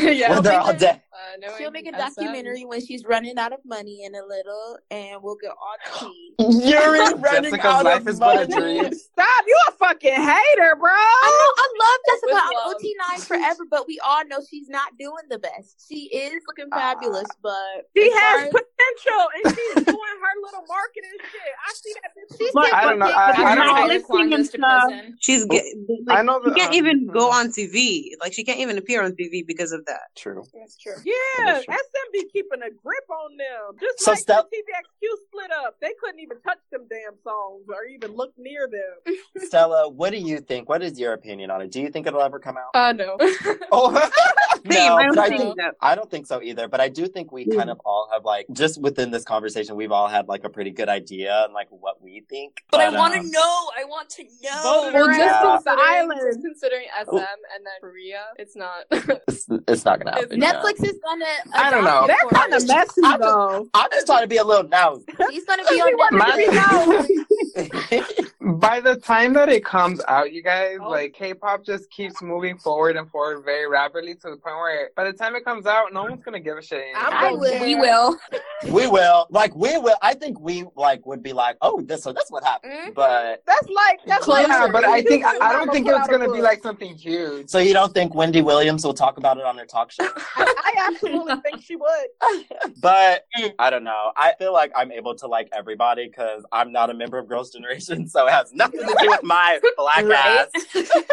[SPEAKER 5] dead.
[SPEAKER 7] yeah.
[SPEAKER 1] when
[SPEAKER 7] Well,
[SPEAKER 1] they're
[SPEAKER 7] they-
[SPEAKER 1] all dead.
[SPEAKER 7] uh, knowing
[SPEAKER 2] She'll make a
[SPEAKER 7] SM.
[SPEAKER 2] documentary when she's running out of money in a little, and we'll get all the tea.
[SPEAKER 1] Yuri
[SPEAKER 2] (laughs)
[SPEAKER 1] running
[SPEAKER 6] Jessica's
[SPEAKER 1] out
[SPEAKER 6] life
[SPEAKER 1] of
[SPEAKER 6] is but
[SPEAKER 1] money.
[SPEAKER 6] a dream.
[SPEAKER 4] Stop! You a fucking hater, bro.
[SPEAKER 2] I know I love Jessica
[SPEAKER 7] With
[SPEAKER 2] on
[SPEAKER 7] love.
[SPEAKER 2] OT9 forever, but we all know she's not doing the best. She is looking
[SPEAKER 1] Uh,
[SPEAKER 2] fabulous, but
[SPEAKER 4] She
[SPEAKER 2] as far
[SPEAKER 4] has
[SPEAKER 2] as-
[SPEAKER 4] potential, and she's doing her little marketing shit. I see that bitch.
[SPEAKER 2] she's
[SPEAKER 3] But-
[SPEAKER 2] just
[SPEAKER 6] I don't know.
[SPEAKER 2] a big
[SPEAKER 6] I-
[SPEAKER 2] fat
[SPEAKER 6] I don't
[SPEAKER 3] not
[SPEAKER 6] know.
[SPEAKER 2] hoe.
[SPEAKER 3] lifting
[SPEAKER 5] Quan goes to
[SPEAKER 3] himself.
[SPEAKER 5] prison.
[SPEAKER 3] She's
[SPEAKER 1] Oh,
[SPEAKER 3] get, like
[SPEAKER 6] I know
[SPEAKER 3] she
[SPEAKER 6] that-
[SPEAKER 3] can't
[SPEAKER 6] uh,
[SPEAKER 3] even go
[SPEAKER 6] hmm. (laughs)
[SPEAKER 3] on TV. Like she can't even appear on TV because of that.
[SPEAKER 1] True.
[SPEAKER 7] That's true.
[SPEAKER 4] Yeah,
[SPEAKER 1] That's true.
[SPEAKER 4] SM be keeping a grip on them. Just
[SPEAKER 1] So
[SPEAKER 4] like
[SPEAKER 1] Steph-
[SPEAKER 4] the TVXQ split up, they couldn't even touch them damn songs or even look near them.
[SPEAKER 1] Stella, what do you think? What is your opinion on it? Do you think it'll ever come out?
[SPEAKER 7] Uh, (laughs) no.
[SPEAKER 1] Oh,
[SPEAKER 3] Uh, Same,
[SPEAKER 1] no,
[SPEAKER 3] I
[SPEAKER 1] but
[SPEAKER 3] don't
[SPEAKER 1] I think
[SPEAKER 3] think that.
[SPEAKER 1] I don't think so either, but I do think we kind of all have like just within this conversation, we've all had like a pretty good idea and like what we think.
[SPEAKER 5] But, I want to
[SPEAKER 1] um,
[SPEAKER 5] know. I want to know.
[SPEAKER 4] Voted
[SPEAKER 7] Well,
[SPEAKER 4] around
[SPEAKER 7] just
[SPEAKER 1] Yeah.
[SPEAKER 4] the
[SPEAKER 7] considering, just
[SPEAKER 4] island.
[SPEAKER 7] considering SM and then Korea, it's not. (laughs) I
[SPEAKER 1] It's, it's not gonna happen. yeah.
[SPEAKER 2] Netflix is gonna
[SPEAKER 6] (laughs)
[SPEAKER 2] uh,
[SPEAKER 6] I don't know.
[SPEAKER 2] adopt it
[SPEAKER 4] They're
[SPEAKER 2] for
[SPEAKER 4] kind
[SPEAKER 2] her.
[SPEAKER 4] of messy
[SPEAKER 1] I just-
[SPEAKER 4] though.
[SPEAKER 1] I'm just trying to be a little now. (laughs)
[SPEAKER 2] She's gonna be on
[SPEAKER 4] wanted to
[SPEAKER 2] Netflix.
[SPEAKER 4] be
[SPEAKER 6] My-
[SPEAKER 4] known.
[SPEAKER 6] (laughs)
[SPEAKER 1] but
[SPEAKER 6] By the time that it comes out, you guys,
[SPEAKER 7] Oh.
[SPEAKER 6] like K-pop just keeps moving forward and forward very rapidly to the point where by the time it comes out, no one's gonna give a shit. anymore.
[SPEAKER 4] I would.
[SPEAKER 2] We will.
[SPEAKER 1] We will. Like we will. I think we like would be like, oh, this. So that's what happened.
[SPEAKER 5] Mm-hmm.
[SPEAKER 2] Mhm.
[SPEAKER 1] But
[SPEAKER 4] That's like that's like
[SPEAKER 2] Closer.
[SPEAKER 6] Yeah, but I think I, I
[SPEAKER 4] Mama
[SPEAKER 6] don't think
[SPEAKER 4] put
[SPEAKER 6] it's
[SPEAKER 4] out a
[SPEAKER 6] gonna be
[SPEAKER 4] book.
[SPEAKER 6] like something huge.
[SPEAKER 1] so you don't think Wendy Williams will talk about it on her talk show?
[SPEAKER 4] I, I absolutely think she would.
[SPEAKER 1] but
[SPEAKER 2] Mm.
[SPEAKER 1] I don't know. I feel like I'm able to like everybody because I'm not a member of Girls' Generation, (laughs) so it has nothing to do with my black
[SPEAKER 5] Right?
[SPEAKER 1] ass.
[SPEAKER 2] (laughs)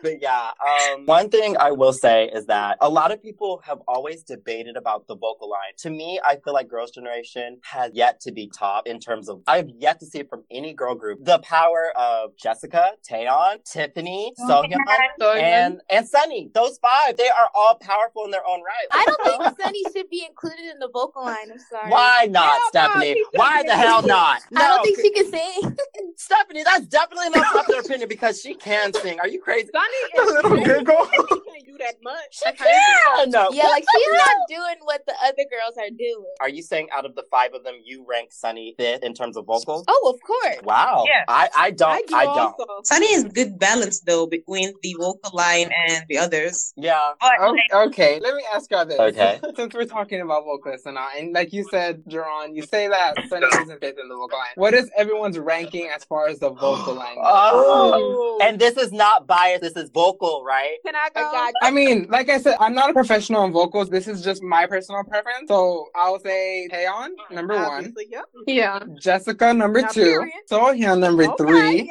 [SPEAKER 1] But yeah, um, one thing I will say is that a lot of people have always debated about the vocal line. To me, I feel like Girls' Generation has yet to be top in terms of, I have yet to see it from any girl group. The power of Jessica, Taeyeon, Tiffany,
[SPEAKER 2] Oh
[SPEAKER 1] Sohyun,
[SPEAKER 7] So
[SPEAKER 1] and, and Sunny. Those five, they are all powerful in their own right.
[SPEAKER 2] I don't
[SPEAKER 1] (laughs)
[SPEAKER 2] think Sunny should be included in the vocal line. I'm sorry.
[SPEAKER 1] Why not,
[SPEAKER 4] Hell no,
[SPEAKER 1] Stephanie?
[SPEAKER 4] she
[SPEAKER 1] Why the
[SPEAKER 4] shouldn't be.
[SPEAKER 1] hell not? No,
[SPEAKER 2] I don't think she can sing.
[SPEAKER 1] (laughs) Stephanie, that's definitely not (laughs) popular opinion because she can sing. Are you crazy?
[SPEAKER 4] Sunny
[SPEAKER 6] (laughs) A
[SPEAKER 4] is
[SPEAKER 6] little giggle.
[SPEAKER 4] Sunny can't do that much.
[SPEAKER 1] She can.
[SPEAKER 2] yeah, like she's not doing what the other girls are doing.
[SPEAKER 1] Are you saying out of the five of them, you rank Sunny fifth in terms of vocals?
[SPEAKER 2] Oh, of course.
[SPEAKER 1] Wow.
[SPEAKER 3] Yeah.
[SPEAKER 1] I, I don't.
[SPEAKER 4] I
[SPEAKER 1] I,
[SPEAKER 4] do
[SPEAKER 1] don't.
[SPEAKER 4] also.
[SPEAKER 3] Sunny is good balance though between the vocal line and the others.
[SPEAKER 1] Yeah.
[SPEAKER 3] But
[SPEAKER 6] Oh, (laughs) okay, let me ask y'all this.
[SPEAKER 1] Okay.
[SPEAKER 6] (laughs) Since we're talking about vocalists and all, and like you said, Jerron, you say that Sunny (laughs) isn't fifth in the vocal line. What is everyone's ranking as far as the vocal line? goes?
[SPEAKER 1] Oh.
[SPEAKER 4] Ooh.
[SPEAKER 1] And this is not biased. This is vocal, right?
[SPEAKER 4] can I go?
[SPEAKER 2] I got
[SPEAKER 6] I mean, like I said, I'm not a professional in vocals. This is just my personal preference. So I'll say Taeyeon, number one.
[SPEAKER 4] Obviously, yep.
[SPEAKER 7] yeah.
[SPEAKER 6] Jessica, number
[SPEAKER 4] Now,
[SPEAKER 6] two.
[SPEAKER 4] period.
[SPEAKER 6] Sohyun, number
[SPEAKER 4] okay,
[SPEAKER 6] three.
[SPEAKER 4] Yeah.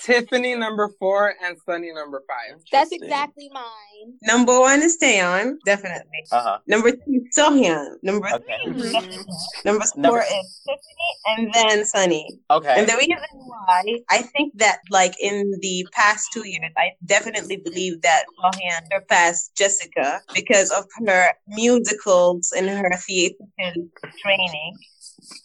[SPEAKER 6] Tiffany, number four. And Sunny, number five.
[SPEAKER 2] That's
[SPEAKER 1] Interesting.
[SPEAKER 2] exactly mine.
[SPEAKER 3] number one is Taeyeon, definitely.
[SPEAKER 1] Uh
[SPEAKER 3] Number two, Sohyun. Number
[SPEAKER 1] huh. Okay.
[SPEAKER 3] number
[SPEAKER 1] Uh, Number-
[SPEAKER 3] four is Tiffany, and then Sunny.
[SPEAKER 1] Okay.
[SPEAKER 3] And the reason why I think that, like in the past two years, I definitely believe that Rohan surpassed Jessica because of her musicals and her theatrical training.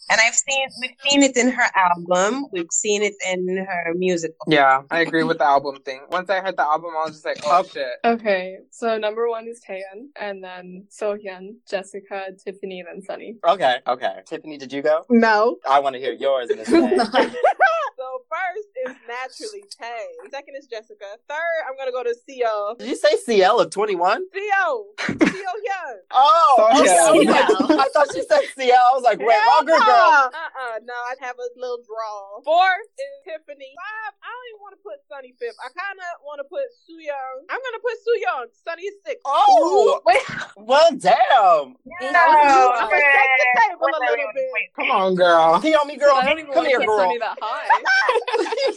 [SPEAKER 3] And I've seen we've seen it in her album, we've seen it in her musical.
[SPEAKER 6] Yeah, I agree with the album thing. Once I heard the album, I was just like, oh shit.
[SPEAKER 7] Okay, so number one is Taeyeon, and then Sohyun, Jessica, Tiffany, then
[SPEAKER 1] (laughs)
[SPEAKER 7] Sunny.
[SPEAKER 1] Okay. Okay. Tiffany, did you go?
[SPEAKER 4] No.
[SPEAKER 1] I want to hear yours, Miss May.
[SPEAKER 7] (laughs)
[SPEAKER 4] So first is naturally Tay. Second is Jessica. Third, I'm gonna go to Co.
[SPEAKER 1] Did you say CL of 21?
[SPEAKER 4] Co. Co. Young.
[SPEAKER 1] Oh,
[SPEAKER 6] So
[SPEAKER 1] okay. I, was
[SPEAKER 6] yeah.
[SPEAKER 1] like, (laughs) I thought she said CL. I was like, wait, wrong group, girl.
[SPEAKER 4] Uh uh no, I'd have a little draw. Four is Tiffany. Five, I don't even want to put Sunny fifth. I kind of want to put Su Young. I'm gonna put Su Young. Sunny is six.
[SPEAKER 1] Oh, well, damn.
[SPEAKER 4] I'm gonna shake the table a little bit.
[SPEAKER 6] Come on, girl.
[SPEAKER 1] Kiyomi girl,
[SPEAKER 7] I don't even want
[SPEAKER 1] come
[SPEAKER 7] to
[SPEAKER 1] here,
[SPEAKER 7] put
[SPEAKER 1] girl.
[SPEAKER 7] Sunny that high.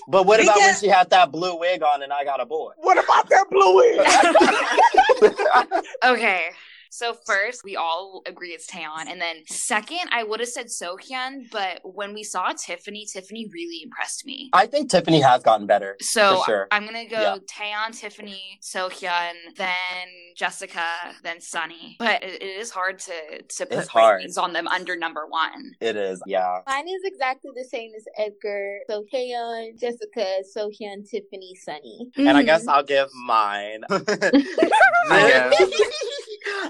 [SPEAKER 1] But what about when
[SPEAKER 3] Because-
[SPEAKER 1] she had that blue wig on and I got
[SPEAKER 7] (laughs)
[SPEAKER 1] a boy? (laughs)
[SPEAKER 4] What about that blue wig?
[SPEAKER 5] Okay. So first, we all agree it's Taeyeon, and then second, I would have said Sohyun, but when we saw Tiffany, Tiffany really impressed me.
[SPEAKER 1] I think Tiffany has gotten better.
[SPEAKER 5] So
[SPEAKER 1] Uh, For sure.
[SPEAKER 5] I'm gonna go
[SPEAKER 1] Yeah.
[SPEAKER 5] Taeyeon, Tiffany, Sohyun, then Jessica, then Sunny. But it, it is hard to to put
[SPEAKER 1] It's hard.
[SPEAKER 5] ratings on them under number one.
[SPEAKER 1] It is, yeah.
[SPEAKER 2] Mine is exactly the same as Edgar. So Kayon, Jessica, Sohyun, Tiffany, Sunny.
[SPEAKER 1] And I
[SPEAKER 2] Mm.
[SPEAKER 1] guess I'll give mine. (laughs)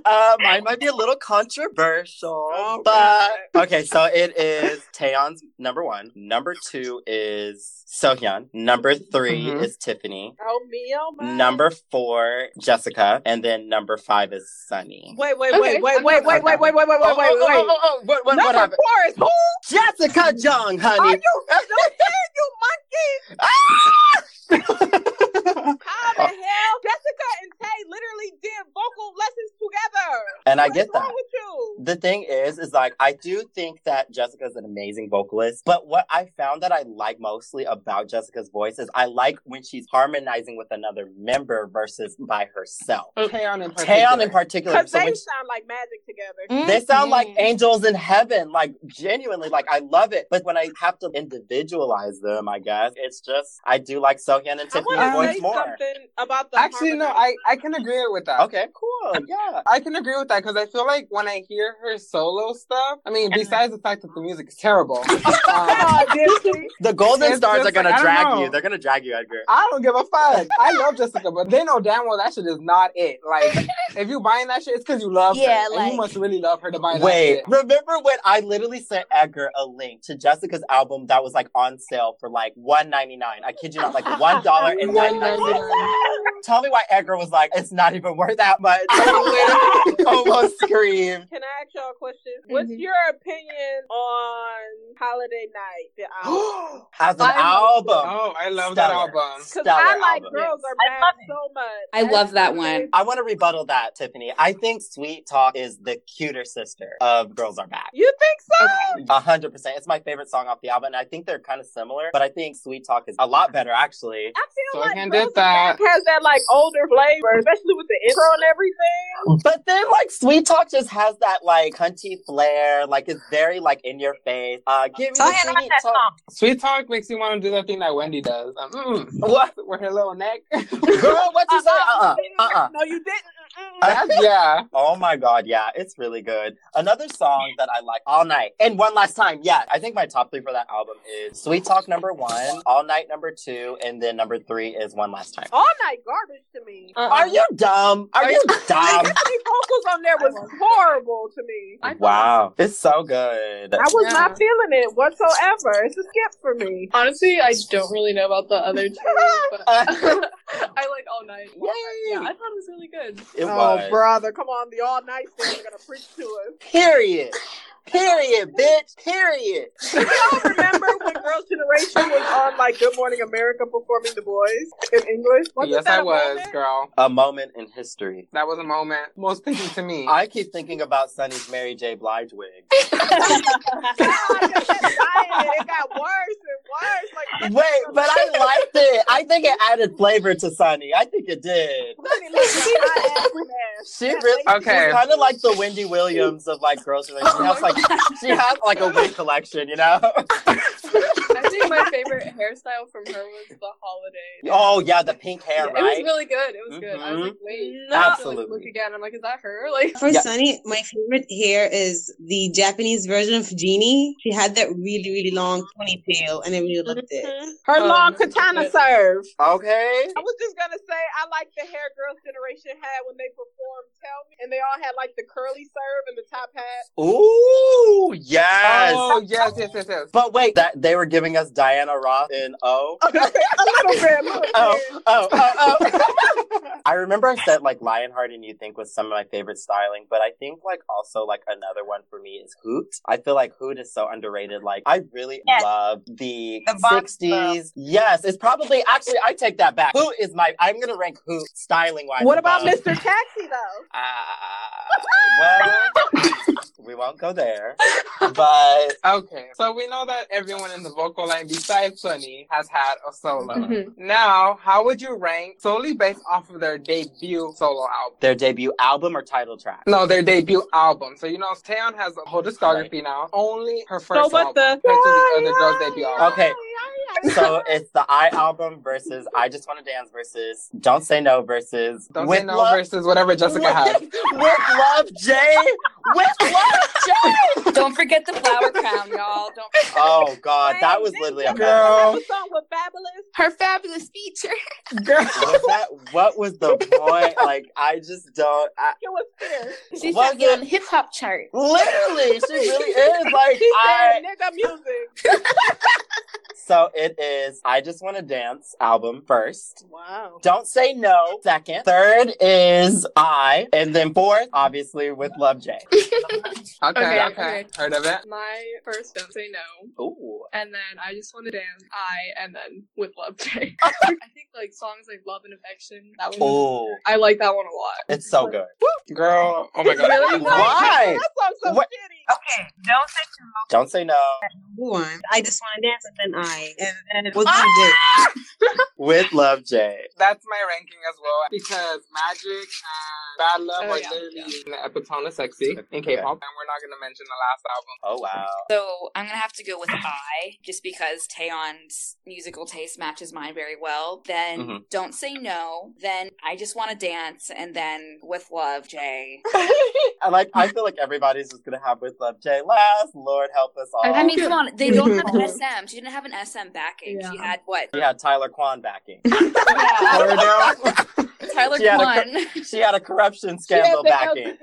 [SPEAKER 1] uh, mine might be a little controversial,
[SPEAKER 4] Oh,
[SPEAKER 1] but
[SPEAKER 4] God.
[SPEAKER 1] okay. So it is Taeyeon's number one. Number two is Sohyun. Number 3
[SPEAKER 6] Mhm.
[SPEAKER 1] is Tiffany.
[SPEAKER 4] Oh me, oh my.
[SPEAKER 1] Number four, Jessica, and then number five is Sunny.
[SPEAKER 4] Wait, wait,
[SPEAKER 7] Okay,
[SPEAKER 4] wait, wait,
[SPEAKER 7] I'm
[SPEAKER 4] wait,
[SPEAKER 7] not-
[SPEAKER 4] wait, wait, wait, wait, wait, wait,
[SPEAKER 1] Oh, oh, oh,
[SPEAKER 4] wait.
[SPEAKER 1] oh, oh, what, what, what
[SPEAKER 4] Number
[SPEAKER 1] happened?
[SPEAKER 4] four is who?
[SPEAKER 1] Jessica Jung,
[SPEAKER 4] Are
[SPEAKER 1] (laughs) honey.
[SPEAKER 4] you joking, you monkey?
[SPEAKER 1] Ah!
[SPEAKER 4] How
[SPEAKER 1] (laughs)
[SPEAKER 4] the hell? Jessica and Tay literally did vocal lessons together.
[SPEAKER 1] And I
[SPEAKER 4] What
[SPEAKER 1] get
[SPEAKER 4] is
[SPEAKER 1] that.
[SPEAKER 4] wrong with you?
[SPEAKER 1] The thing is, is like I do think that Jessica's an amazing vocalist, but what I found that I like mostly about Jessica's voice is I like when she's harmonizing with another member versus by herself.
[SPEAKER 6] Taeyeon in
[SPEAKER 1] Taeyeon
[SPEAKER 6] particular.
[SPEAKER 1] in particular.
[SPEAKER 4] Because
[SPEAKER 1] So
[SPEAKER 4] they
[SPEAKER 1] when she- Mm,
[SPEAKER 4] sound like magic together.
[SPEAKER 1] They sound like
[SPEAKER 6] Mm-hmm.
[SPEAKER 7] Mhm.
[SPEAKER 1] angels in heaven, like genuinely, like I love it. But when I have to individualize them, I guess it's just I do like Sohyun and
[SPEAKER 4] I
[SPEAKER 1] Tiffany's
[SPEAKER 4] want to
[SPEAKER 6] Um,
[SPEAKER 1] voice
[SPEAKER 4] say
[SPEAKER 1] more.
[SPEAKER 4] something about the
[SPEAKER 6] Actually, no,
[SPEAKER 4] harmonizing.
[SPEAKER 6] I, I can agree with that.
[SPEAKER 1] Okay, cool. Yeah.
[SPEAKER 6] I can agree with that because I feel like when I hear her solo stuff, I mean, besides the fact that the music is terrible,
[SPEAKER 4] (laughs)
[SPEAKER 6] um,
[SPEAKER 4] Come on, Disney.
[SPEAKER 1] (laughs) The Golden
[SPEAKER 6] It's
[SPEAKER 1] Stars
[SPEAKER 6] just
[SPEAKER 1] are gonna
[SPEAKER 6] like, I don't
[SPEAKER 1] drag
[SPEAKER 6] know.
[SPEAKER 1] you. They're gonna drag you, Edgar.
[SPEAKER 6] I don't give a fuck. I love Jessica, but they know damn well that shit is not it. Like, if you buying that shit, it's because you love
[SPEAKER 2] Yeah,
[SPEAKER 6] her. and
[SPEAKER 2] like-
[SPEAKER 6] you must really love her to buy that
[SPEAKER 1] Wait,
[SPEAKER 6] shit. (gasps)
[SPEAKER 1] remember when I literally sent Edgar a link to Jessica's album that was like on sale for like one ninety nine. I kid you not, like one dollar and
[SPEAKER 6] (laughs)
[SPEAKER 1] ninety nine cents. Tell me why Edgar was like, it's not even worth that much. (laughs) I literally almost screamed.
[SPEAKER 4] Can I ask y'all a question?
[SPEAKER 1] Mm-hmm.
[SPEAKER 4] What's your opinion on Holiday Night?
[SPEAKER 1] (gasps)
[SPEAKER 4] The album?
[SPEAKER 1] As an
[SPEAKER 9] I'm-
[SPEAKER 1] album,
[SPEAKER 6] Oh, I love
[SPEAKER 1] Stellar.
[SPEAKER 6] that album.
[SPEAKER 4] Because
[SPEAKER 1] Stellar
[SPEAKER 4] I like
[SPEAKER 1] album.
[SPEAKER 4] Girls Are
[SPEAKER 9] I
[SPEAKER 4] Bad
[SPEAKER 9] love it.
[SPEAKER 4] so much.
[SPEAKER 9] I love that one.
[SPEAKER 1] I want to rebuttal that, Tiffany. I think Sweet Talk is the cuter sister of Girls Are Back.
[SPEAKER 4] You think so?
[SPEAKER 1] A hundred percent. It's my favorite song off the album, and I think they're kind of similar. But I think Sweet Talk is a lot better, actually.
[SPEAKER 4] I feel
[SPEAKER 6] So I
[SPEAKER 4] like
[SPEAKER 6] can
[SPEAKER 4] Girls
[SPEAKER 6] did that.
[SPEAKER 4] has that like older flavor, especially with the intro and everything.
[SPEAKER 1] But then, like, Sweet Talk just has that like cunty flair. Like, it's very like in your face. Uh, give me
[SPEAKER 3] Tell
[SPEAKER 1] the
[SPEAKER 3] him
[SPEAKER 1] Sweet
[SPEAKER 9] that
[SPEAKER 1] Talk.
[SPEAKER 9] song.
[SPEAKER 6] Sweet Talk makes you want to do that thing that Wendy does. Um, mm,
[SPEAKER 1] (laughs) What,
[SPEAKER 6] with her little neck.
[SPEAKER 1] girl? What you say? Uh, uh-uh, uh,
[SPEAKER 4] No, you didn't. Mm-mm.
[SPEAKER 6] That's, yeah.
[SPEAKER 1] Oh my god, yeah, it's really good. Another song that I like, All Night, and One Last Time. Yeah, I think my top three for that album is Sweet Talk number one, All Night number two, and then number three is One Last Time.
[SPEAKER 4] All night garbage to me.
[SPEAKER 6] Uh-uh.
[SPEAKER 1] Are you dumb? Oh, Are you dumb? (laughs)
[SPEAKER 4] The vocals on there was horrible to me.
[SPEAKER 7] I thought-
[SPEAKER 1] Wow, it's so good.
[SPEAKER 4] I was
[SPEAKER 7] Yeah.
[SPEAKER 4] not feeling it whatsoever. It's a skip for me.
[SPEAKER 7] Honestly, I don't really know about the other two, but (laughs) I like all night. Yeah, I thought it was really good.
[SPEAKER 1] It
[SPEAKER 4] oh,
[SPEAKER 1] was
[SPEAKER 4] brother, come on. The all night thing you're going to preach to us.
[SPEAKER 1] period, period, bitch, period.
[SPEAKER 4] Y'all remember when Girls' Generation was on, like, Good Morning America performing The Boys in English? Wasn't
[SPEAKER 6] yes,
[SPEAKER 4] that
[SPEAKER 6] I
[SPEAKER 4] a
[SPEAKER 6] was,
[SPEAKER 4] moment? (laughs)
[SPEAKER 6] girl.
[SPEAKER 1] (laughs) A moment in history.
[SPEAKER 6] That was a moment most thinking to me.
[SPEAKER 1] I keep thinking about Sunny's Mary J. Blige wig.
[SPEAKER 4] God, they kept dying. It got worse and worse. Like, (laughs)
[SPEAKER 1] Wait, but I liked it. I think it added flavor to Sunny. I think it did.
[SPEAKER 4] Honey, look, I asked you that.
[SPEAKER 1] She really
[SPEAKER 6] Okay.
[SPEAKER 1] she's kind of like the Wendy Williams of
[SPEAKER 7] (laughs)
[SPEAKER 1] like
[SPEAKER 7] Oh
[SPEAKER 1] girls. Like, she has like she has like a wig collection, you know.
[SPEAKER 7] I think my favorite hairstyle from her was the holiday.
[SPEAKER 1] oh yeah, the pink hair,
[SPEAKER 7] it was
[SPEAKER 1] right?
[SPEAKER 7] really good. It was good. I was like, wait,
[SPEAKER 4] No.
[SPEAKER 7] I have to, like,
[SPEAKER 1] Absolutely.
[SPEAKER 7] look again. I'm like, is that her? (laughs) Like,
[SPEAKER 3] For
[SPEAKER 1] Yeah.
[SPEAKER 3] Sunny, my favorite hair is the Japanese version of Genie. She had that really, really long ponytail, and I really loved
[SPEAKER 4] Mm-hmm.
[SPEAKER 3] it.
[SPEAKER 4] Her
[SPEAKER 7] Um,
[SPEAKER 4] long katana serve.
[SPEAKER 1] okay.
[SPEAKER 4] I was just gonna say I like the hair girls generation had when they performed Tell Me and they all had like the curly serve and the top hat.
[SPEAKER 1] Ooh, yes.
[SPEAKER 6] Oh, yes, yes, yes, yes.
[SPEAKER 1] But wait, that they were giving us Diana Ross in O.
[SPEAKER 4] a little bit, a little bit.
[SPEAKER 1] Oh, oh, oh,
[SPEAKER 4] (laughs)
[SPEAKER 1] oh. I remember I said like Lionheart and You Think was some of my favorite styling, but I think like also like another one for me is Hoot. I feel like Hoot is so underrated. Like I really
[SPEAKER 9] Yes.
[SPEAKER 1] love the
[SPEAKER 9] The box
[SPEAKER 1] sixties. Yes, it's probably actually I take that back. Hoot is my I'm gonna rank Hoot styling wise.
[SPEAKER 4] What about Mr. Taxi though?
[SPEAKER 1] Uh, well, we won't go there, (laughs) but
[SPEAKER 6] Okay, so we know that everyone in the vocal line besides Sunny has had a solo.
[SPEAKER 1] Mm-hmm.
[SPEAKER 7] Mhm.
[SPEAKER 6] Now, how would you rank solely based off of their debut solo album?
[SPEAKER 1] their debut album or title track.
[SPEAKER 6] No, their debut album. So you know, Taeyeon has a whole discography now. Only her first
[SPEAKER 4] So, but
[SPEAKER 6] album
[SPEAKER 4] the-
[SPEAKER 6] compared to the other girls' debut album.
[SPEAKER 5] (laughs)
[SPEAKER 1] Okay. So it's the I album versus I Just Wanna Dance versus Don't Say No versus
[SPEAKER 6] Don't
[SPEAKER 1] With
[SPEAKER 6] say no
[SPEAKER 1] Love-
[SPEAKER 6] versus whatever Jessica has.
[SPEAKER 1] with, (laughs) with Love Jay. With Love
[SPEAKER 5] (laughs)
[SPEAKER 1] Jay.
[SPEAKER 5] Don't forget the flower crown, y'all. Don't forget.
[SPEAKER 1] Oh God, that
[SPEAKER 4] Wait,
[SPEAKER 1] was
[SPEAKER 4] didn't
[SPEAKER 1] literally a
[SPEAKER 4] Jessica
[SPEAKER 1] mess.
[SPEAKER 6] Girl.
[SPEAKER 4] have a song with Fabulous.
[SPEAKER 2] Her fabulous feature. (laughs)
[SPEAKER 1] Was that, what was the point? Like I just don't. I,
[SPEAKER 4] It was fierce.
[SPEAKER 2] She
[SPEAKER 1] Was
[SPEAKER 2] should be
[SPEAKER 1] it-
[SPEAKER 2] on the hip hop chart.
[SPEAKER 1] literally, (laughs) she really is like
[SPEAKER 4] She
[SPEAKER 1] I.
[SPEAKER 4] said nigga music.
[SPEAKER 1] (laughs) So it is. I just want to dance album first.
[SPEAKER 4] Wow.
[SPEAKER 1] Don't say no. Second, third is I, and then fourth, obviously with Love
[SPEAKER 5] (laughs)
[SPEAKER 1] J.
[SPEAKER 6] Okay,
[SPEAKER 7] Okay,
[SPEAKER 6] okay,
[SPEAKER 7] okay.
[SPEAKER 6] heard of it.
[SPEAKER 7] my first don't say no,
[SPEAKER 1] Ooh.
[SPEAKER 7] and then I just want to dance. I and then with love (laughs) day. I think like songs like love and affection. That one. was-
[SPEAKER 1] Ooh.
[SPEAKER 7] I like that one a lot.
[SPEAKER 1] It's so good.
[SPEAKER 6] Girl, oh my god.
[SPEAKER 7] Really?
[SPEAKER 1] (laughs) Why?
[SPEAKER 4] That song's so
[SPEAKER 1] What-
[SPEAKER 4] shitty.
[SPEAKER 9] Okay, don't say
[SPEAKER 1] Don't say no.
[SPEAKER 3] Number One. I just want to dance, and then I, and then with my dick.
[SPEAKER 1] With love, Jay.
[SPEAKER 6] That's my ranking as well because magic and bad love
[SPEAKER 5] Oh,
[SPEAKER 6] are
[SPEAKER 5] yeah.
[SPEAKER 6] literally in the epitome of sexy in K-pop, and we're not gonna mention the last album.
[SPEAKER 1] Oh (laughs) wow.
[SPEAKER 5] So I'm gonna have to go with I, just because Taeon's musical taste matches mine very well. Then
[SPEAKER 1] Mhm.
[SPEAKER 5] don't say no. Then I just want to dance, and then with love, Jay.
[SPEAKER 1] And like, I feel like everybody's just gonna have with love Jay last. Lord help us all.
[SPEAKER 5] I mean, come on, they don't
[SPEAKER 7] (laughs)
[SPEAKER 5] have an SM. She didn't have an SM backing. She had what?
[SPEAKER 1] She had Tyler
[SPEAKER 5] (laughs)
[SPEAKER 1] Kwan backing.
[SPEAKER 5] Tyler
[SPEAKER 1] She had a
[SPEAKER 5] Kwan.
[SPEAKER 1] she had a corruption scandal backing.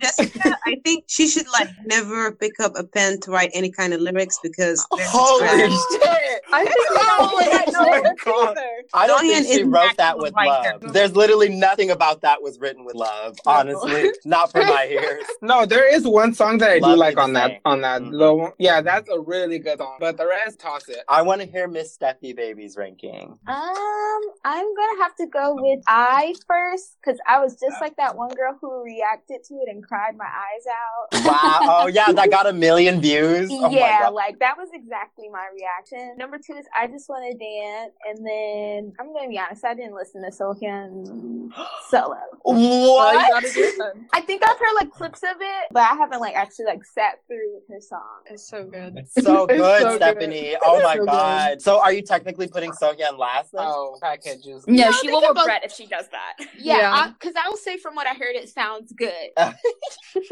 [SPEAKER 3] Jessica, I think she should like never pick up a pen to write any kind of lyrics because there's
[SPEAKER 1] Holy
[SPEAKER 3] scratch.
[SPEAKER 1] shit!
[SPEAKER 4] I (laughs) think
[SPEAKER 1] Holy (laughs) Oh my God.
[SPEAKER 4] (laughs)
[SPEAKER 1] I don't
[SPEAKER 3] Dorian
[SPEAKER 1] think she
[SPEAKER 3] is
[SPEAKER 1] wrote that with
[SPEAKER 3] writer.
[SPEAKER 1] love. There's literally nothing about that was written with love. Honestly, not for my ears.
[SPEAKER 6] No, there is one song that I
[SPEAKER 1] Love
[SPEAKER 6] do like
[SPEAKER 1] Me the
[SPEAKER 6] on that
[SPEAKER 1] Same.
[SPEAKER 6] on that
[SPEAKER 1] Mhm.
[SPEAKER 6] little one. Yeah, that's a really good song. But the rest, toss it.
[SPEAKER 1] I want to hear Miss Steffi Baby's ranking.
[SPEAKER 2] Um, I'm gonna have to go with I first because I was just like that one girl who reacted to it and cried my eyes out. (laughs)
[SPEAKER 1] Wow! Oh yeah, that got a million views. Oh my
[SPEAKER 2] yeah,
[SPEAKER 1] god.
[SPEAKER 2] like that was exactly my reaction. Number two is I just want to dance, and then I'm gonna be honest, I didn't listen to
[SPEAKER 1] (gasps)
[SPEAKER 2] Sohyun solo.
[SPEAKER 4] All you
[SPEAKER 1] What?
[SPEAKER 4] gotta do then.
[SPEAKER 2] I think I've heard like clips of it, but I haven't like actually like sat through her song.
[SPEAKER 7] It's so good.
[SPEAKER 1] So
[SPEAKER 4] It's
[SPEAKER 1] good,
[SPEAKER 4] so good.
[SPEAKER 1] Stephanie. Oh my
[SPEAKER 4] So good.
[SPEAKER 1] god. So are you technically putting Sohyun last then?
[SPEAKER 6] Oh, packages.
[SPEAKER 5] No,
[SPEAKER 2] No,
[SPEAKER 5] she
[SPEAKER 2] they
[SPEAKER 5] will
[SPEAKER 2] can both-
[SPEAKER 5] regret if she does that.
[SPEAKER 4] Yeah.
[SPEAKER 2] (laughs) Yeah, because I, will say from what I heard, it sounds good.
[SPEAKER 1] (laughs) (laughs)
[SPEAKER 2] (laughs)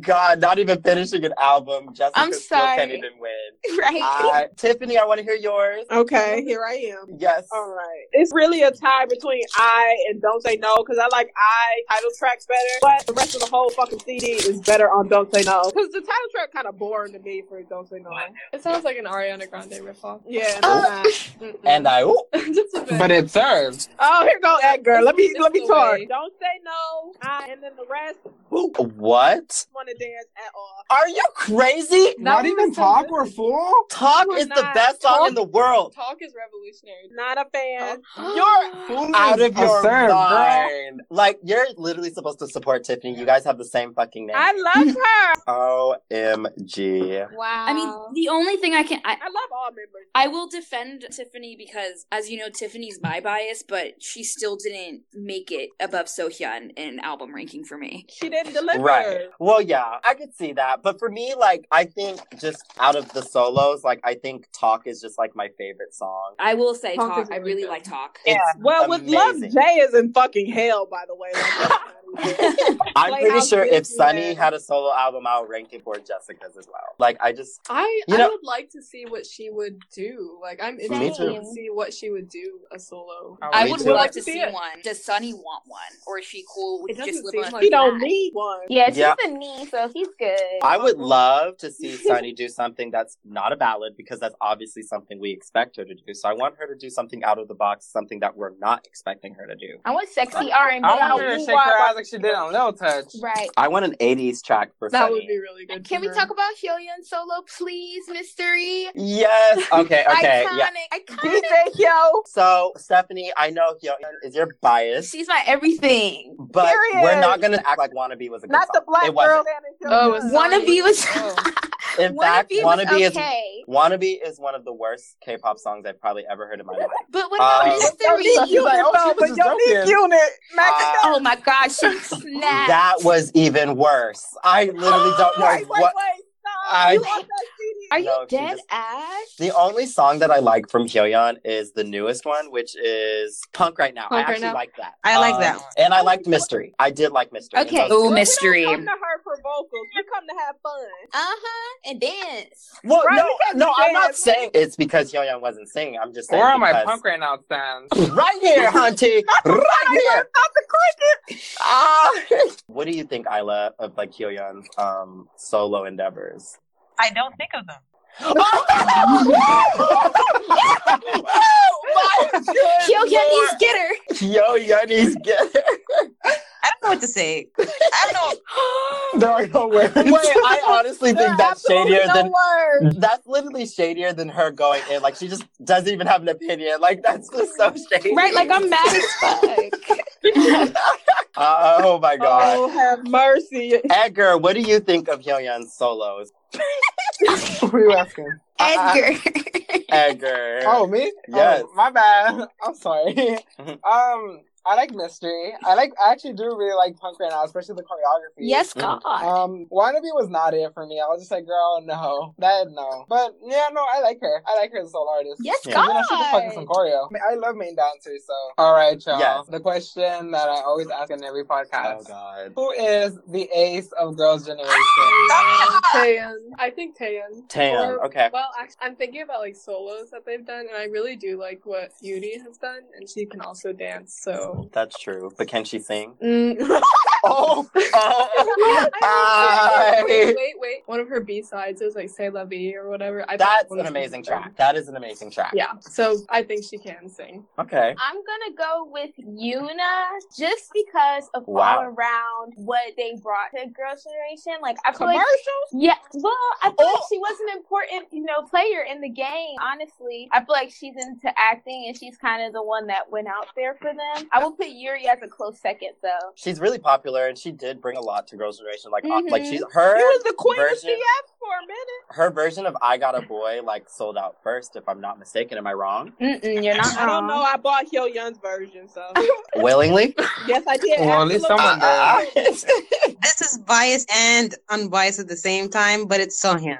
[SPEAKER 1] God, not even finishing an album. Jessica
[SPEAKER 2] I'm
[SPEAKER 1] still can't
[SPEAKER 2] sorry.
[SPEAKER 1] even win.
[SPEAKER 2] right?
[SPEAKER 4] (laughs)
[SPEAKER 1] Uh, Tiffany, I want to hear yours.
[SPEAKER 4] Okay, here I am.
[SPEAKER 1] Yes.
[SPEAKER 4] All right. It's really a tie between I and Don't Say No because I like I title tracks better, but the rest of the whole fucking CD is better on Don't Say No because the title track kind of boring to me for Don't Say No.
[SPEAKER 7] It sounds like an Ariana Grande ripoff.
[SPEAKER 4] Yeah.
[SPEAKER 2] Uh.
[SPEAKER 4] it's not. Mm-mm.
[SPEAKER 1] And I. Ooh,
[SPEAKER 7] (laughs) Just a bit.
[SPEAKER 6] But it serves.
[SPEAKER 4] oh, here go that girl. Let me
[SPEAKER 7] It's
[SPEAKER 4] let me
[SPEAKER 7] the
[SPEAKER 4] talk.
[SPEAKER 7] way.
[SPEAKER 4] Don't Say No, I, and then the rest
[SPEAKER 1] what?
[SPEAKER 4] want to dance at all.
[SPEAKER 1] Are you crazy?
[SPEAKER 6] Not
[SPEAKER 4] one
[SPEAKER 6] even
[SPEAKER 4] was so
[SPEAKER 6] talk
[SPEAKER 4] good.
[SPEAKER 6] or fool.
[SPEAKER 1] (gasps) Talk
[SPEAKER 4] We're
[SPEAKER 1] is the
[SPEAKER 4] not.
[SPEAKER 1] best song in
[SPEAKER 4] (gasps)
[SPEAKER 1] the world.
[SPEAKER 7] Talk is revolutionary.
[SPEAKER 4] Not a fan.
[SPEAKER 1] You're out of
[SPEAKER 6] a
[SPEAKER 1] your
[SPEAKER 6] serve, girl.
[SPEAKER 1] mind. Like you're literally supposed to support Tiffany. You guys have the same fucking name.
[SPEAKER 4] I
[SPEAKER 1] (laughs)
[SPEAKER 4] love her.
[SPEAKER 1] OMG.
[SPEAKER 2] Wow.
[SPEAKER 5] I mean, the only thing I can I,
[SPEAKER 4] I love all members.
[SPEAKER 5] I will defend Tiffany because, as you know, Tiffany's my bias, but she still didn't make it above Sohyun in album ranking for me.
[SPEAKER 4] She didn't deliver.
[SPEAKER 1] Right. Well, yeah, I could see that. But for me, like, I think just out of the solos, like, I think Talk is just like my favorite song.
[SPEAKER 5] I will say
[SPEAKER 7] Talk
[SPEAKER 5] talk.
[SPEAKER 7] is
[SPEAKER 5] I
[SPEAKER 7] really
[SPEAKER 5] really
[SPEAKER 7] good.
[SPEAKER 5] like talk.
[SPEAKER 1] It's
[SPEAKER 4] Well, with love,
[SPEAKER 1] amazing.
[SPEAKER 4] Jay is in fucking hell. By the way, Like, that's
[SPEAKER 1] (laughs)
[SPEAKER 4] not even-
[SPEAKER 1] I'm pretty
[SPEAKER 4] Playhouse
[SPEAKER 1] sure if
[SPEAKER 4] gives you
[SPEAKER 1] Sunny
[SPEAKER 4] that.
[SPEAKER 1] had a solo album, I'll rank it for Jessica's as well. Like, I just,
[SPEAKER 7] I
[SPEAKER 1] You
[SPEAKER 7] I
[SPEAKER 1] know-
[SPEAKER 7] would like to see what she would do. Like I'm
[SPEAKER 1] Me
[SPEAKER 7] interested
[SPEAKER 1] too.
[SPEAKER 7] to see what she would do a solo.
[SPEAKER 6] Oh,
[SPEAKER 5] I
[SPEAKER 1] me
[SPEAKER 5] would
[SPEAKER 1] too.
[SPEAKER 5] love
[SPEAKER 4] I
[SPEAKER 5] to
[SPEAKER 4] see
[SPEAKER 5] see
[SPEAKER 4] it.
[SPEAKER 5] one. Does Sunny want one, or is she cool
[SPEAKER 7] It
[SPEAKER 5] with
[SPEAKER 7] doesn't
[SPEAKER 5] just
[SPEAKER 7] seem
[SPEAKER 5] living?
[SPEAKER 7] like
[SPEAKER 4] He
[SPEAKER 5] with
[SPEAKER 4] don't need one.
[SPEAKER 2] yeah, she's
[SPEAKER 1] Yeah.
[SPEAKER 2] a knee, so he's good.
[SPEAKER 1] I would love to see Sunny do something that's not a ballad because that's obviously something we expect her to do. So I want her to do something out of the box, something that we're not expecting her to do.
[SPEAKER 2] I want sexy R and
[SPEAKER 6] I want her to shake her ass like she did on Lil Touch.
[SPEAKER 2] Right.
[SPEAKER 1] I want an 80s track for
[SPEAKER 7] That
[SPEAKER 1] Sunny.
[SPEAKER 7] would be really good.
[SPEAKER 2] Can
[SPEAKER 7] for
[SPEAKER 2] we
[SPEAKER 7] her.
[SPEAKER 2] talk about Hyun solo, please, Mystery?
[SPEAKER 1] Yes. Okay. Okay.
[SPEAKER 2] iconic,
[SPEAKER 1] yeah.
[SPEAKER 2] iconic.
[SPEAKER 4] DJ Yo.
[SPEAKER 1] So Stephanie, I know Hyun is your bias,
[SPEAKER 2] She's my everything.
[SPEAKER 1] but
[SPEAKER 4] Period.
[SPEAKER 1] we're not gonna act like "Wannabe" was a good
[SPEAKER 4] Not the
[SPEAKER 1] song.
[SPEAKER 4] black
[SPEAKER 1] it
[SPEAKER 4] girl.
[SPEAKER 1] wasn't.
[SPEAKER 4] standing still.
[SPEAKER 7] Oh, it's
[SPEAKER 2] One of you was. (laughs)
[SPEAKER 7] Oh.
[SPEAKER 1] In fact, "Wannabe"
[SPEAKER 2] was
[SPEAKER 1] is
[SPEAKER 2] okay.
[SPEAKER 1] "Wannabe" is one of the worst K-pop songs I've probably ever heard in my life.
[SPEAKER 2] But what about
[SPEAKER 1] Uh,
[SPEAKER 2] Mystery?
[SPEAKER 4] Unique
[SPEAKER 6] you-
[SPEAKER 4] unit,
[SPEAKER 6] Oh, she
[SPEAKER 4] bro,
[SPEAKER 6] was
[SPEAKER 4] but
[SPEAKER 6] just
[SPEAKER 4] your unique
[SPEAKER 6] joking.
[SPEAKER 4] unit, Max.
[SPEAKER 1] Uh,
[SPEAKER 2] oh my gosh, she snapped.
[SPEAKER 1] that was even worse. I literally
[SPEAKER 4] (laughs)
[SPEAKER 1] don't know
[SPEAKER 4] Oh, wait, wait,
[SPEAKER 1] what.
[SPEAKER 4] wait. Stop.
[SPEAKER 1] I-
[SPEAKER 4] you want that CD?
[SPEAKER 2] Are you
[SPEAKER 1] No, she
[SPEAKER 2] dead
[SPEAKER 1] just-
[SPEAKER 2] ass?
[SPEAKER 1] The only song that I like from Hyoyeon is the newest one, which is "Punk Right Now."
[SPEAKER 7] Punk
[SPEAKER 1] I
[SPEAKER 7] Right
[SPEAKER 1] actually
[SPEAKER 7] Now.
[SPEAKER 1] like that.
[SPEAKER 3] I like
[SPEAKER 1] Um,
[SPEAKER 3] that one.
[SPEAKER 1] and I liked "Mystery." I did like "Mystery." and
[SPEAKER 2] Okay.
[SPEAKER 1] so-
[SPEAKER 5] Ooh,
[SPEAKER 4] Well,
[SPEAKER 5] mystery.
[SPEAKER 4] We don't come to her for vocals. We come to have fun.
[SPEAKER 2] Uh huh. And dance.
[SPEAKER 1] well,
[SPEAKER 4] Right,
[SPEAKER 1] no,
[SPEAKER 4] because
[SPEAKER 1] no,
[SPEAKER 4] you
[SPEAKER 1] I'm not
[SPEAKER 4] dance.
[SPEAKER 1] saying it's because Hyoyeon wasn't singing. I'm just saying
[SPEAKER 6] Where are my
[SPEAKER 1] because
[SPEAKER 6] punk right now stands?
[SPEAKER 1] right here, hunty. right here. Ah. What do you think, Isla, of like Hyoyeon's um, solo endeavors?
[SPEAKER 3] I don't think of them.
[SPEAKER 1] (laughs) oh my
[SPEAKER 2] Kill Hyun's getter.
[SPEAKER 1] Hyoyeon is good.
[SPEAKER 3] I don't know what to say. I don't know.
[SPEAKER 1] There are no words. Wait,
[SPEAKER 6] (laughs)
[SPEAKER 1] I honestly think that's shadier
[SPEAKER 4] no
[SPEAKER 1] than
[SPEAKER 4] words.
[SPEAKER 1] that's literally shadier than her going in. Like she just doesn't even have an opinion. Like that's just so shady.
[SPEAKER 2] Right, like I'm mad as (laughs) fuck.
[SPEAKER 1] Uh, oh my god.
[SPEAKER 4] Oh, have mercy.
[SPEAKER 1] Edgar, what do you think of Hyoyeon's solos?
[SPEAKER 6] (laughs) Who are you asking?
[SPEAKER 1] Uh,
[SPEAKER 6] Edgar.
[SPEAKER 1] Edgar.
[SPEAKER 6] (laughs) Oh, me?
[SPEAKER 1] Yes. Mm-hmm.
[SPEAKER 6] Oh, my bad. (laughs) I'm sorry. (laughs) um, I like mystery. I like. I actually do really like punk right now, especially the choreography.
[SPEAKER 5] Yes, God.
[SPEAKER 6] Um, Wannabe was not it for me. I was just like, girl, no, that no. But yeah, no, I like her. I like her as a soul artist.
[SPEAKER 5] Yes,
[SPEAKER 6] You know, she can fuck with some choreo. I, mean, I love main dancers, so. All right, y'all.
[SPEAKER 1] Yes.
[SPEAKER 6] The question that I always ask in every podcast:
[SPEAKER 1] Oh God.
[SPEAKER 6] Who is the ace of Girls' Generation?
[SPEAKER 5] Ah!
[SPEAKER 7] Taeyeon. I think Taeyeon.
[SPEAKER 1] Taeyeon,
[SPEAKER 7] Or-
[SPEAKER 1] okay.
[SPEAKER 7] Well, actually, I'm thinking about like solos that they've done, and I really do like what Yuri has done, and she can also dance. So.
[SPEAKER 1] That's true. But can
[SPEAKER 7] (laughs)
[SPEAKER 1] she sing?
[SPEAKER 7] Mm.
[SPEAKER 1] Oh, (laughs) oh,
[SPEAKER 7] I- wait,
[SPEAKER 1] I-
[SPEAKER 7] wait, wait. One of her B sides was like "Say La Vie" or whatever. I thought
[SPEAKER 1] That's
[SPEAKER 7] that
[SPEAKER 1] an
[SPEAKER 7] was
[SPEAKER 1] amazing
[SPEAKER 7] better.
[SPEAKER 1] track. That is an amazing track.
[SPEAKER 7] Yeah, so I think she can sing.
[SPEAKER 1] Okay.
[SPEAKER 2] I'm gonna go with Yuna just because of
[SPEAKER 1] Wow.
[SPEAKER 2] all around what they brought to Girls' Generation. Like I feel like
[SPEAKER 6] Commercials.
[SPEAKER 2] yeah, well, I feel like
[SPEAKER 1] Oh.
[SPEAKER 2] she was an important, you know, player in the game. Honestly, I feel like she's into acting, and she's kind of the one that went out there for them. I will put Yuri as a close second, though.
[SPEAKER 1] She's really popular, and she did bring a lot to Girls' Generation. Like, uh, like
[SPEAKER 2] Mhm.
[SPEAKER 1] she's her
[SPEAKER 4] You was the queen
[SPEAKER 1] version-
[SPEAKER 4] of CF for a minute.
[SPEAKER 1] her version of "I Got a Boy" like sold out first, if I'm not mistaken. Am I wrong?
[SPEAKER 2] Mm-mm, you're not.
[SPEAKER 4] I don't
[SPEAKER 2] wrong.
[SPEAKER 4] know. I bought Hyo Young's version, (laughs) so
[SPEAKER 1] Willingly.
[SPEAKER 4] yes, I did.
[SPEAKER 6] Well, at least someone
[SPEAKER 4] Absolutely.
[SPEAKER 6] did.
[SPEAKER 5] Ah!
[SPEAKER 1] Uh, uh,
[SPEAKER 3] This is biased and unbiased at the same time, but it's Sohyun.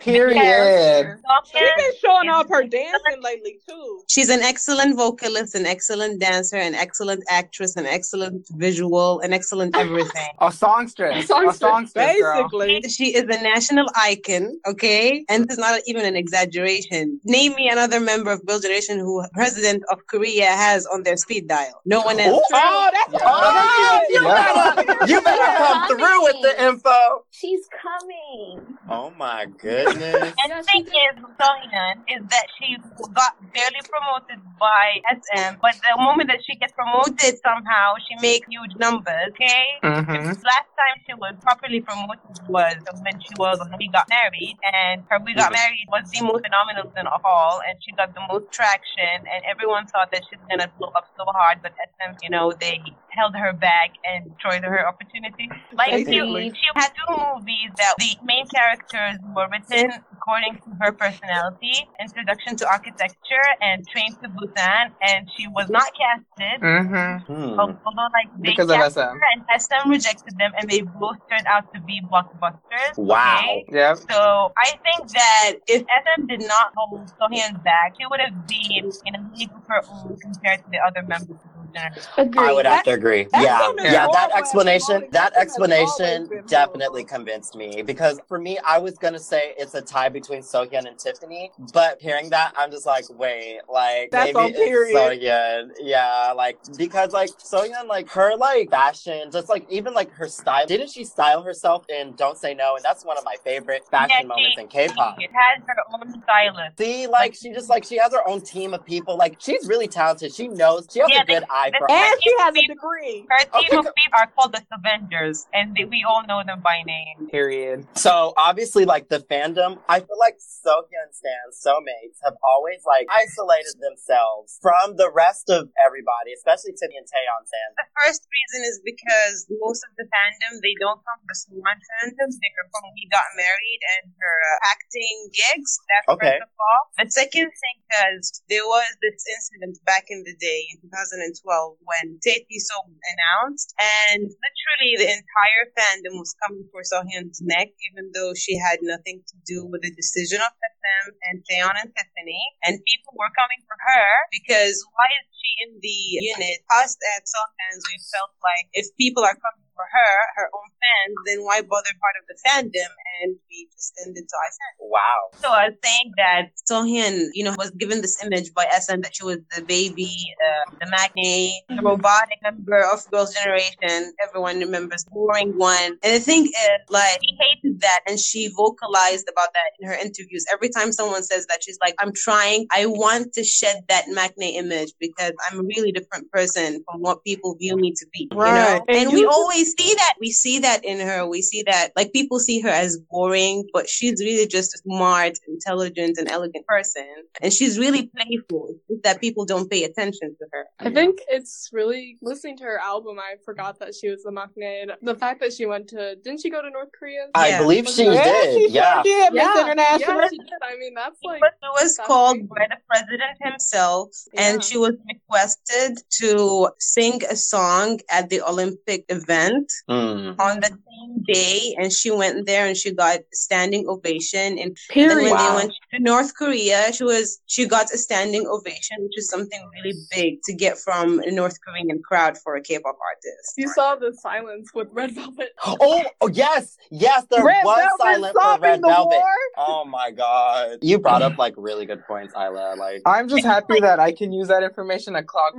[SPEAKER 6] Period.
[SPEAKER 4] She's been showing off her dancing lately too.
[SPEAKER 3] She's an excellent vocalist, an excellent dancer, an excellent actress, an excellent visual, an excellent everything.
[SPEAKER 6] A songstress. A songstress,
[SPEAKER 7] Songstress.
[SPEAKER 6] girl.
[SPEAKER 4] Basically,
[SPEAKER 3] She is a national icon, okay? And it's not even an exaggeration. Name me another member of Girl Generation who president of Korea has on their speed dial. No one else.
[SPEAKER 4] oh, that's
[SPEAKER 6] Yeah.
[SPEAKER 1] oh, you
[SPEAKER 6] Yeah.
[SPEAKER 1] better, you better come through with the info.
[SPEAKER 2] She's coming.
[SPEAKER 1] Oh my goodness.
[SPEAKER 3] And the thing is, with Sohyun, is that she got barely promoted by SM, but the moment that she gets promoted somehow, she makes huge numbers, okay?
[SPEAKER 6] Mm-hmm.
[SPEAKER 3] Last time she was properly promoted was when she was on We Got Married, and her We Got Married was the most phenomenal thing of all, and she got the most traction, and everyone thought that she's gonna blow up so hard, but SM, you know, they held her back and destroyed her opportunity. Like she,
[SPEAKER 6] Basically.
[SPEAKER 3] she had two movies that the main characters were written according to her personality: Introduction to Architecture and Train to Busan, and she was not casted.
[SPEAKER 6] Mm-hmm.
[SPEAKER 1] Hmm.
[SPEAKER 3] Although, like they
[SPEAKER 6] Because
[SPEAKER 3] cast
[SPEAKER 6] of SM.
[SPEAKER 3] her and SM rejected them, and they both turned out to be blockbusters.
[SPEAKER 1] Wow.
[SPEAKER 3] Okay?
[SPEAKER 6] Yep.
[SPEAKER 3] So I think that if SM did not hold Sohyun back, she would have been in a league of her own compared to the other members of the generation.
[SPEAKER 2] Agree.
[SPEAKER 1] I would have to agree. Yeah,
[SPEAKER 4] Exum is
[SPEAKER 1] yeah. That
[SPEAKER 4] always
[SPEAKER 1] explanation,
[SPEAKER 4] bullied.
[SPEAKER 1] that
[SPEAKER 4] Exum has always
[SPEAKER 1] explanation
[SPEAKER 4] been
[SPEAKER 1] definitely
[SPEAKER 4] bullied.
[SPEAKER 1] convinced me because for me, I was gonna say it's a tie between Sohyun and Tiffany, but hearing that, I'm just like, wait, like
[SPEAKER 4] That's
[SPEAKER 1] maybe
[SPEAKER 4] on
[SPEAKER 1] it's
[SPEAKER 4] period.
[SPEAKER 1] Sohyun. Yeah, like because like Sohyun, like her like fashion, just like even like her style. Didn't she style herself in "Don't Say No"? And that's one of my favorite fashion
[SPEAKER 3] Yeah,
[SPEAKER 1] moments
[SPEAKER 3] she-
[SPEAKER 1] in K-pop.
[SPEAKER 3] She has her own stylist.
[SPEAKER 1] See, like she just like she has her own team of people. Like she's really talented. She knows she has
[SPEAKER 3] Yeah,
[SPEAKER 1] a good eye
[SPEAKER 3] they-
[SPEAKER 1] for
[SPEAKER 3] they-
[SPEAKER 1] art.
[SPEAKER 4] And she has a degree.
[SPEAKER 3] Her team
[SPEAKER 1] Okay,
[SPEAKER 3] of people are called the Avengers, and they, we all know them by name.
[SPEAKER 6] Period.
[SPEAKER 1] So obviously, like the fandom, I feel like Sohyun stands, soulmates have always like isolated themselves from the rest of everybody, especially Timmy and Taeyeon stands.
[SPEAKER 3] The first reason is because most of the fandom they don't come from Swan fandoms. They're from We Got Married and her uh, acting gigs. That's
[SPEAKER 1] Okay.
[SPEAKER 3] first of all. The second thing because there was this incident back in the day in 2012 when Tae So announced, and literally the entire fandom was coming for Sohyun's neck, even though she had nothing to do with the decision of them and Theon and Tiffany, and people were coming for her because why is she in the unit? Us at Softhands, we felt like if people are coming for her, her own fans, then why bother part of the fandom? And we just ended to I
[SPEAKER 1] Wow.
[SPEAKER 3] so I was saying that Sohyun, you know, was given this image by SM that she was the baby, uh, the magnate,
[SPEAKER 4] Mm-hmm.
[SPEAKER 3] the robotic member of Girls' Generation. Everyone remembers boring one. And the thing is, like, she hated that and she vocalized about that in her interviews. Every time someone says that, she's like, I'm trying, I want to shed that magnate image because I'm a really different person from what people view me to be. You
[SPEAKER 4] Right.
[SPEAKER 3] know? And,
[SPEAKER 4] And
[SPEAKER 3] we
[SPEAKER 4] you-
[SPEAKER 3] always see that. We see that that in her. We see that like people see her as boring, but she's really just a smart, intelligent, and elegant person. And she's really playful. It's just that people don't pay attention to her.
[SPEAKER 7] I think it's really listening to her album. I forgot that she was the Maknaid. The fact that she went to didn't she go to North Korea?
[SPEAKER 1] I believe she Yeah, did, she sure yeah. did,
[SPEAKER 3] Miss International.
[SPEAKER 7] Yeah, she did. I mean, that's like
[SPEAKER 3] But it was called by the president himself, and she was requested to sing a song at the Olympic event
[SPEAKER 1] Mm.
[SPEAKER 3] on the same day, and she went there and she got a standing ovation. And
[SPEAKER 1] Period.
[SPEAKER 3] then when
[SPEAKER 1] Wow.
[SPEAKER 3] they went to North Korea, she was she got a standing ovation, which is something really big to get from a North Korean crowd for a K-pop artist.
[SPEAKER 7] you saw the silence with Red
[SPEAKER 1] (laughs)
[SPEAKER 7] Velvet.
[SPEAKER 1] Oh, oh yes, yes, there
[SPEAKER 7] Red
[SPEAKER 1] was
[SPEAKER 7] Velvet
[SPEAKER 1] silent for
[SPEAKER 7] solving
[SPEAKER 1] Red
[SPEAKER 7] the
[SPEAKER 1] Velvet.
[SPEAKER 7] war?
[SPEAKER 1] Oh my god. You brought up like really good points, Isla. Like
[SPEAKER 6] I'm just happy that I can use that information to clock.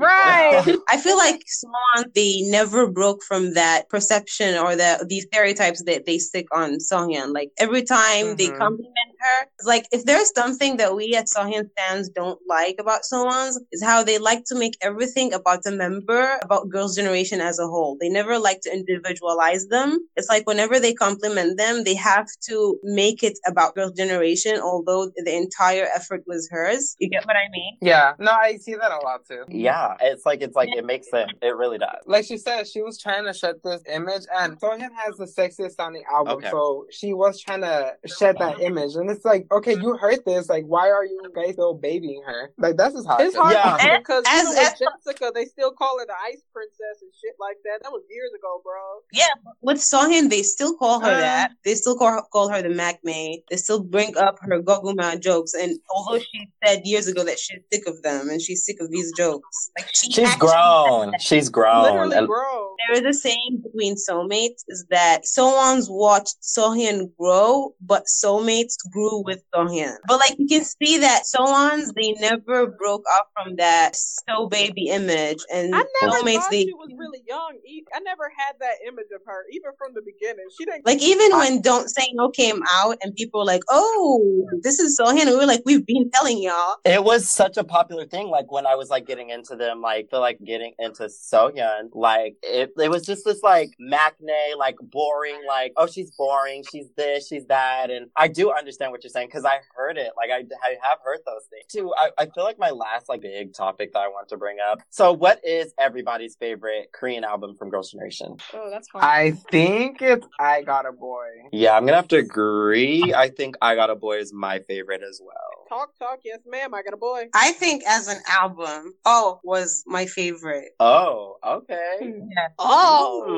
[SPEAKER 6] people.
[SPEAKER 3] I feel like Swan they never broke from that perception or the these stereotypes that they stick on Sohyun. Like every time they
[SPEAKER 6] Mhm.
[SPEAKER 3] compliment her, it's like if there's something that we as Sohyun fans don't like about Sohyun's is how they like to make everything about the member, about girls' generation as a whole. They never like to individualize them. It's like whenever they compliment them, they have to make it about girls' generation, although the entire effort was hers. You get what I mean?
[SPEAKER 6] (laughs) Yeah. No, I see that a lot too.
[SPEAKER 1] (laughs) yeah, it's like it's like it makes sense. It really does.
[SPEAKER 6] Like she said, she was trying to shed this image, and Sohyun has the sexiest sounding album,
[SPEAKER 1] Okay.
[SPEAKER 6] so she was trying to shed that image. And it's like, okay, you heard this. Like, why are you guys still babying her? Like, this is hot.
[SPEAKER 4] It's hard
[SPEAKER 6] Yeah.
[SPEAKER 4] because
[SPEAKER 3] As-
[SPEAKER 4] even with
[SPEAKER 3] as-
[SPEAKER 4] Jessica, they still call her the Ice Princess and shit like that. That was years ago, bro.
[SPEAKER 3] Yeah, with Songhyun, they still call her
[SPEAKER 1] Uh-huh.
[SPEAKER 4] Uh.
[SPEAKER 3] that. They still call, call her the Mac May. They still bring up her Goguma jokes. And although she said years ago that she's sick of them and she's sick of these jokes, like she
[SPEAKER 1] She's
[SPEAKER 3] actually
[SPEAKER 1] grown. She's grown. And-
[SPEAKER 4] grown.
[SPEAKER 3] There is a saying between soulmates is that someone's watched Sohyun grow, but soulmates grew with Sohyun. But like you can see that someone's they never broke up from that so baby image, and
[SPEAKER 4] I never
[SPEAKER 3] soulmates
[SPEAKER 4] thought
[SPEAKER 3] they
[SPEAKER 4] she was really young. E- I never had that image of her, even from the beginning. She didn't
[SPEAKER 3] Like even when Don't Say No came out and people were like, Oh, this is Sohyun, we were like, We've been telling y'all.
[SPEAKER 1] It was such a popular thing. Like when I was like getting into them, like feel like getting into Soyeon, like it, it was just this like macne, like boring, like oh she's boring, she's this, she's that, and I do understand what you're saying because I heard it. Like I, I have heard those things too. I, I feel like my last like big topic that I want to bring up. So what is everybody's favorite Korean album from Girls' Generation?
[SPEAKER 7] Oh, that's hard.
[SPEAKER 6] I think it's I Got a Boy.
[SPEAKER 1] Yeah, I'm gonna have to agree. I think I Got a Boy is my favorite as well.
[SPEAKER 4] talk, talk. Yes, ma'am. I got a boy.
[SPEAKER 3] I think as an album, Oh was my favorite.
[SPEAKER 1] Oh, okay.
[SPEAKER 3] Yeah.
[SPEAKER 4] Oh,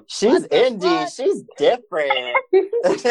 [SPEAKER 1] Hmm, she's indie. She's
[SPEAKER 3] (laughs)
[SPEAKER 1] different. (laughs)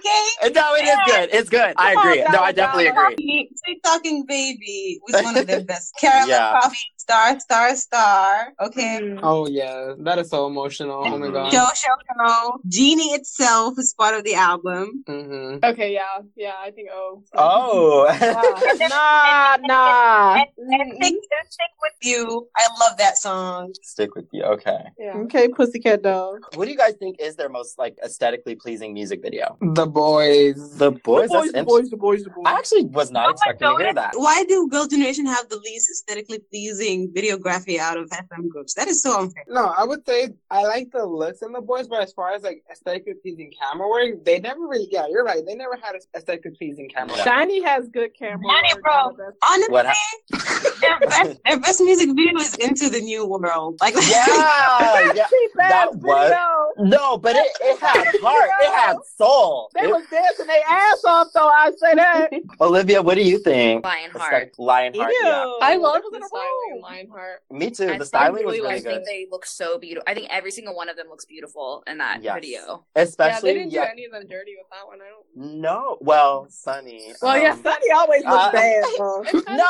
[SPEAKER 3] Good, okay.
[SPEAKER 1] no, it is good. It's good. I
[SPEAKER 3] Come on,
[SPEAKER 1] agree. No, I
[SPEAKER 3] Dollar
[SPEAKER 1] definitely
[SPEAKER 3] Dollar.
[SPEAKER 1] agree.
[SPEAKER 3] Sweet Talking Baby was one of their best. Caroline
[SPEAKER 1] Yeah.
[SPEAKER 3] Coffee, Star, Star, Star. Okay.
[SPEAKER 6] Oh yeah, that is so emotional. Oh my god.
[SPEAKER 3] Show, show, show. Genie itself is part of the album.
[SPEAKER 6] hmm
[SPEAKER 7] Okay, yeah, yeah. I think oh.
[SPEAKER 1] Oh,
[SPEAKER 4] (laughs)
[SPEAKER 1] (laughs)
[SPEAKER 4] nah, nah.
[SPEAKER 3] And stick, and stick with you. I love that song.
[SPEAKER 1] stick with you. Okay.
[SPEAKER 7] Yeah.
[SPEAKER 4] Okay, pussycat dog.
[SPEAKER 1] What do you guys think is their most like aesthetically pleasing music video?
[SPEAKER 6] The boys.
[SPEAKER 1] The boys. that's
[SPEAKER 4] the
[SPEAKER 1] int-
[SPEAKER 4] boys, the boys, the boys.
[SPEAKER 1] I actually was
[SPEAKER 3] Oh,
[SPEAKER 1] not expecting to hear that.
[SPEAKER 3] Why do Girl Generation have the least aesthetically pleasing videography out of FM groups? That is so unfair.
[SPEAKER 6] No, I would say I like the looks in the boys, but as far as like aesthetically pleasing camera work, they never really. Yeah, you're right. They never had aesthetically pleasing camera.
[SPEAKER 1] (laughs)
[SPEAKER 6] work.
[SPEAKER 1] Yeah.
[SPEAKER 4] Shiny has good camera.
[SPEAKER 3] Shiny,
[SPEAKER 4] work.
[SPEAKER 3] bro.
[SPEAKER 4] All the best.
[SPEAKER 3] Honestly,
[SPEAKER 1] What?
[SPEAKER 3] their,
[SPEAKER 1] hap- (laughs)
[SPEAKER 3] best, their best music video is Into the New World. Like, (laughs)
[SPEAKER 1] yeah, yeah.
[SPEAKER 4] Cheap ass
[SPEAKER 1] That was
[SPEAKER 4] video.
[SPEAKER 1] no, but it, it had heart. It had soul.
[SPEAKER 4] They
[SPEAKER 1] It-
[SPEAKER 4] was dancing their ass off though. I say that.
[SPEAKER 1] Olivia, what do you think?
[SPEAKER 5] Lionheart.
[SPEAKER 1] Lionheart. Yeah.
[SPEAKER 7] I love
[SPEAKER 4] They
[SPEAKER 7] the
[SPEAKER 4] was in a room.
[SPEAKER 7] styling of Lionheart.
[SPEAKER 1] Me too.
[SPEAKER 5] I
[SPEAKER 1] the
[SPEAKER 5] think
[SPEAKER 1] styling
[SPEAKER 7] really
[SPEAKER 1] was
[SPEAKER 5] I
[SPEAKER 1] really
[SPEAKER 7] like
[SPEAKER 1] good.
[SPEAKER 5] think they look so beautiful. I think every single one of them looks beautiful in that
[SPEAKER 1] Yes.
[SPEAKER 5] video.
[SPEAKER 7] Yeah, they
[SPEAKER 1] Especially, yeah.
[SPEAKER 7] didn't do any of them dirty with that one. I don't.
[SPEAKER 1] No, well, Sunny.
[SPEAKER 7] Well,
[SPEAKER 1] um,
[SPEAKER 7] yeah,
[SPEAKER 4] Sunny always looks
[SPEAKER 1] Uh, (laughs)
[SPEAKER 4] bad, bro.
[SPEAKER 7] It's kind
[SPEAKER 1] No,
[SPEAKER 7] of
[SPEAKER 1] Uh,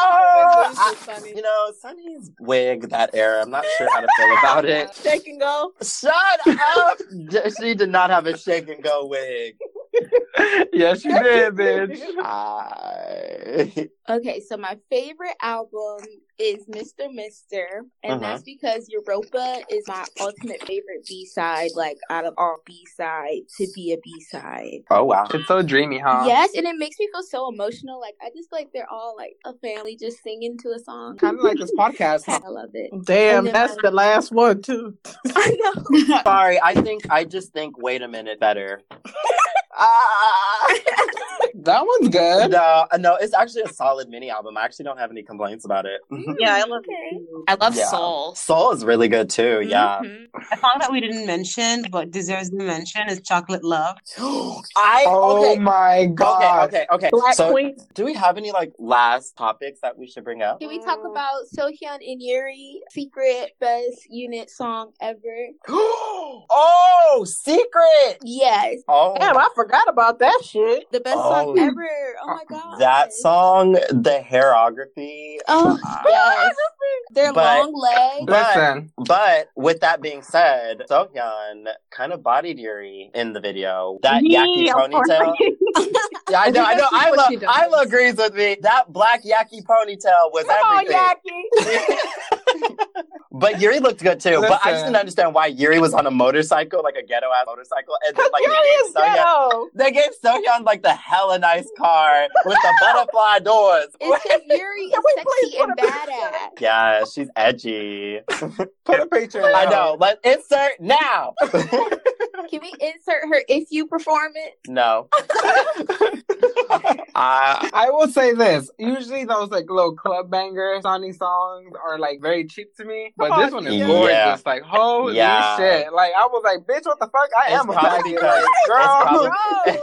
[SPEAKER 1] I-
[SPEAKER 7] like funny.
[SPEAKER 1] You know, Sunny's wig that era. I'm not sure how to
[SPEAKER 7] (laughs)
[SPEAKER 1] feel about it.
[SPEAKER 4] Shake and go.
[SPEAKER 1] Shut up! D- she did not have a shake and go wig.
[SPEAKER 6] (laughs) yes, you did, bitch.
[SPEAKER 2] Okay, so my favorite album is Mr. Mister, and
[SPEAKER 6] Uh-huh.
[SPEAKER 2] that's because Europa is my ultimate favorite B side, like out of all B sides to be a B side.
[SPEAKER 6] Oh wow, it's so dreamy, huh?
[SPEAKER 2] Yes, and it makes me feel so emotional. Like I just like they're all like a family just singing to a song.
[SPEAKER 6] Kind of like
[SPEAKER 2] (laughs)
[SPEAKER 6] this podcast.
[SPEAKER 2] I love it.
[SPEAKER 4] Damn,
[SPEAKER 2] And then
[SPEAKER 4] that's
[SPEAKER 2] my-
[SPEAKER 4] the last one too.
[SPEAKER 1] Sorry, I think I just think. Wait a minute,
[SPEAKER 7] (laughs)
[SPEAKER 1] better. Ah!
[SPEAKER 6] that one's good.
[SPEAKER 1] No, uh, no, it's actually a solid mini album. I actually don't have any complaints about it.
[SPEAKER 7] Mm.
[SPEAKER 3] Yeah, I love it.
[SPEAKER 5] I love
[SPEAKER 1] Yeah.
[SPEAKER 5] Soul.
[SPEAKER 1] Soul is really good too.
[SPEAKER 7] Mm-hmm.
[SPEAKER 1] Yeah,
[SPEAKER 3] A song that we didn't mention but deserves to be mentioned is Chocolate Love.
[SPEAKER 1] I
[SPEAKER 6] Oh
[SPEAKER 1] okay.
[SPEAKER 6] my god.
[SPEAKER 1] Okay, okay, okay.
[SPEAKER 4] Black
[SPEAKER 1] so,
[SPEAKER 4] Queen.
[SPEAKER 1] do we have any like last topics that we should bring
[SPEAKER 2] (gasps)
[SPEAKER 1] up?
[SPEAKER 2] Can we talk about Sohyun and Yuri secret best unit song ever?
[SPEAKER 1] oh, secret.
[SPEAKER 2] Yes,
[SPEAKER 1] Oh,
[SPEAKER 4] Damn, I forgot about that
[SPEAKER 1] (laughs)
[SPEAKER 4] shit.
[SPEAKER 2] the best
[SPEAKER 1] Oh.
[SPEAKER 2] song ever. Oh my god, (laughs)
[SPEAKER 1] that song, the hairography.
[SPEAKER 2] Oh yes, their
[SPEAKER 1] But-
[SPEAKER 2] long legs.
[SPEAKER 6] Listen,
[SPEAKER 1] But with that being said, Sohyun kind of bodied Yuri in the video. That yaki
[SPEAKER 4] (laughs)
[SPEAKER 1] ponytail. Yeah, I know, I know.
[SPEAKER 9] that's just what she does.
[SPEAKER 1] Isla, Isla agrees with me. That black yaki ponytail was everything. but Yuri looked good too. But I just
[SPEAKER 6] Listen.
[SPEAKER 1] didn't understand why Yuri was on a motorcycle, like a ghetto ass motorcycle, and then
[SPEAKER 4] (laughs)
[SPEAKER 1] like
[SPEAKER 4] Here
[SPEAKER 1] they
[SPEAKER 4] is
[SPEAKER 1] gave Sohyun,
[SPEAKER 4] ghetto.
[SPEAKER 1] they gave Sohyun like the hella nice car with the butterfly doors.
[SPEAKER 2] It's because Yuri is
[SPEAKER 4] (laughs) Can we please
[SPEAKER 2] sexy
[SPEAKER 4] put
[SPEAKER 2] and
[SPEAKER 4] a picture?
[SPEAKER 2] badass.
[SPEAKER 1] (laughs) Yeah, she's edgy.
[SPEAKER 6] put a picture.
[SPEAKER 1] I know. Let's insert now.
[SPEAKER 2] Can we insert her if you perform
[SPEAKER 4] (laughs)
[SPEAKER 2] it?
[SPEAKER 1] (laughs) no. I
[SPEAKER 6] I will say this. Usually those like little club banger sounding songs are like very cheap to me, but
[SPEAKER 4] Come
[SPEAKER 6] this
[SPEAKER 4] on,
[SPEAKER 6] one is
[SPEAKER 1] Kia.
[SPEAKER 6] gorgeous.
[SPEAKER 1] Yeah.
[SPEAKER 6] Like holy
[SPEAKER 1] Yeah.
[SPEAKER 6] shit! Like I was like, bitch, what the fuck? I
[SPEAKER 1] It's
[SPEAKER 6] am a
[SPEAKER 1] probably
[SPEAKER 6] faggot.
[SPEAKER 1] because-
[SPEAKER 6] Like, girl.
[SPEAKER 1] it's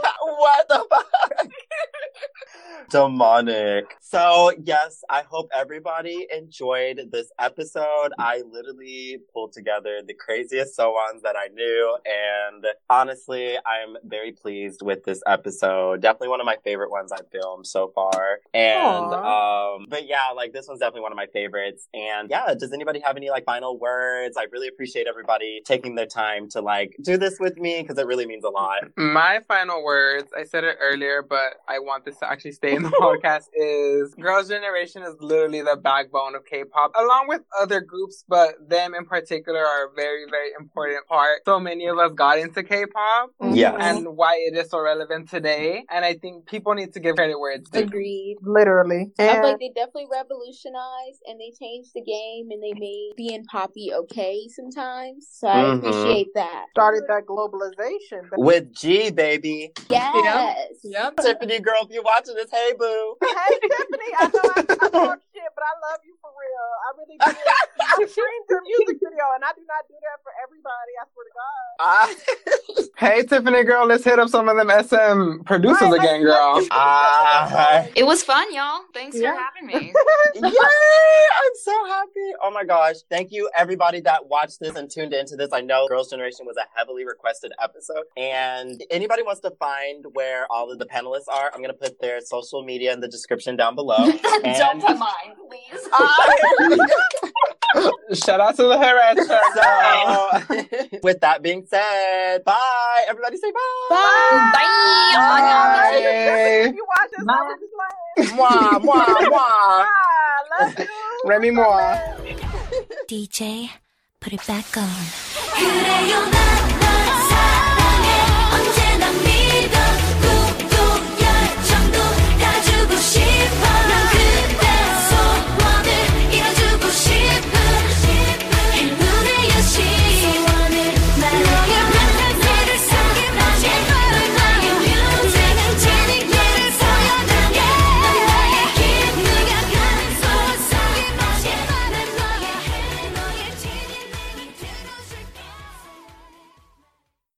[SPEAKER 6] (laughs)
[SPEAKER 1] probably-
[SPEAKER 4] Bro.
[SPEAKER 1] (laughs) what the fuck? (laughs) Demonic. So, yes, I hope everybody enjoyed this episode. I literally pulled together the craziest so ons that I knew. And honestly, I'm very pleased with this episode. Definitely one of my favorite ones I've filmed so far. And, um, but yeah, like this one's definitely one of my favorites. And yeah, does anybody have any like final words? I really appreciate everybody taking their time to like do this with me because it really means a lot.
[SPEAKER 6] My final words, I said it earlier, but I want this to actually stay in (laughs) the podcast is Girls' Generation is literally the backbone of K pop, along with other groups, but them in particular are a very, very important part. So many of us got into K pop
[SPEAKER 1] Yes.
[SPEAKER 6] and why it is so relevant today. And I think people need to give credit where it's due.
[SPEAKER 2] Agreed.
[SPEAKER 4] Literally.
[SPEAKER 2] I
[SPEAKER 4] And
[SPEAKER 2] feel like they definitely revolutionized and they changed the game and they made being poppy okay sometimes. So I
[SPEAKER 1] Mhm.
[SPEAKER 2] appreciate that.
[SPEAKER 4] Mm-hmm. started that globalization.
[SPEAKER 1] With G, baby.
[SPEAKER 2] Yes.
[SPEAKER 9] Yep.
[SPEAKER 1] Tiffany girl, if you're watching this, hey boo.
[SPEAKER 4] (laughs) hey, Tiffany, I know I, I
[SPEAKER 1] (laughs)
[SPEAKER 4] talk shit, but I love you for real. I really do. I streamed your music video, and I do not do that for everybody. I swear to God.
[SPEAKER 1] I, (laughs)
[SPEAKER 6] Hey, Tiffany girl, let's hit up some of them SM producers
[SPEAKER 4] Right,
[SPEAKER 6] again,
[SPEAKER 4] let's- (laughs)
[SPEAKER 6] girl.
[SPEAKER 4] let's-
[SPEAKER 1] I,
[SPEAKER 5] It was fun, y'all. Thanks
[SPEAKER 4] Yeah.
[SPEAKER 5] for having me.
[SPEAKER 1] yay! I'm so happy. Oh my gosh. Thank you, everybody that watched this and tuned into this. I know Girls' Generation was a heavily requested episode. And anybody wants to find where all of the panelists are, I'm going to put their social media in the description down
[SPEAKER 5] (laughs)
[SPEAKER 1] below.
[SPEAKER 5] Don't
[SPEAKER 1] And-
[SPEAKER 5] put mine, please.
[SPEAKER 6] Shout out to the Harass
[SPEAKER 1] (laughs)
[SPEAKER 6] girl.
[SPEAKER 1] so, (laughs) with that being said, bye. Everybody say bye.
[SPEAKER 5] Bye.
[SPEAKER 4] Bye.
[SPEAKER 6] Bye.
[SPEAKER 4] If you watch this, I was just
[SPEAKER 1] (laughs)
[SPEAKER 4] playing.
[SPEAKER 1] Mwah, mwah, mwah.
[SPEAKER 4] Ah, love you.
[SPEAKER 6] Remy Moore.
[SPEAKER 10] DJ, put it back on.
[SPEAKER 8] 그래요 난넌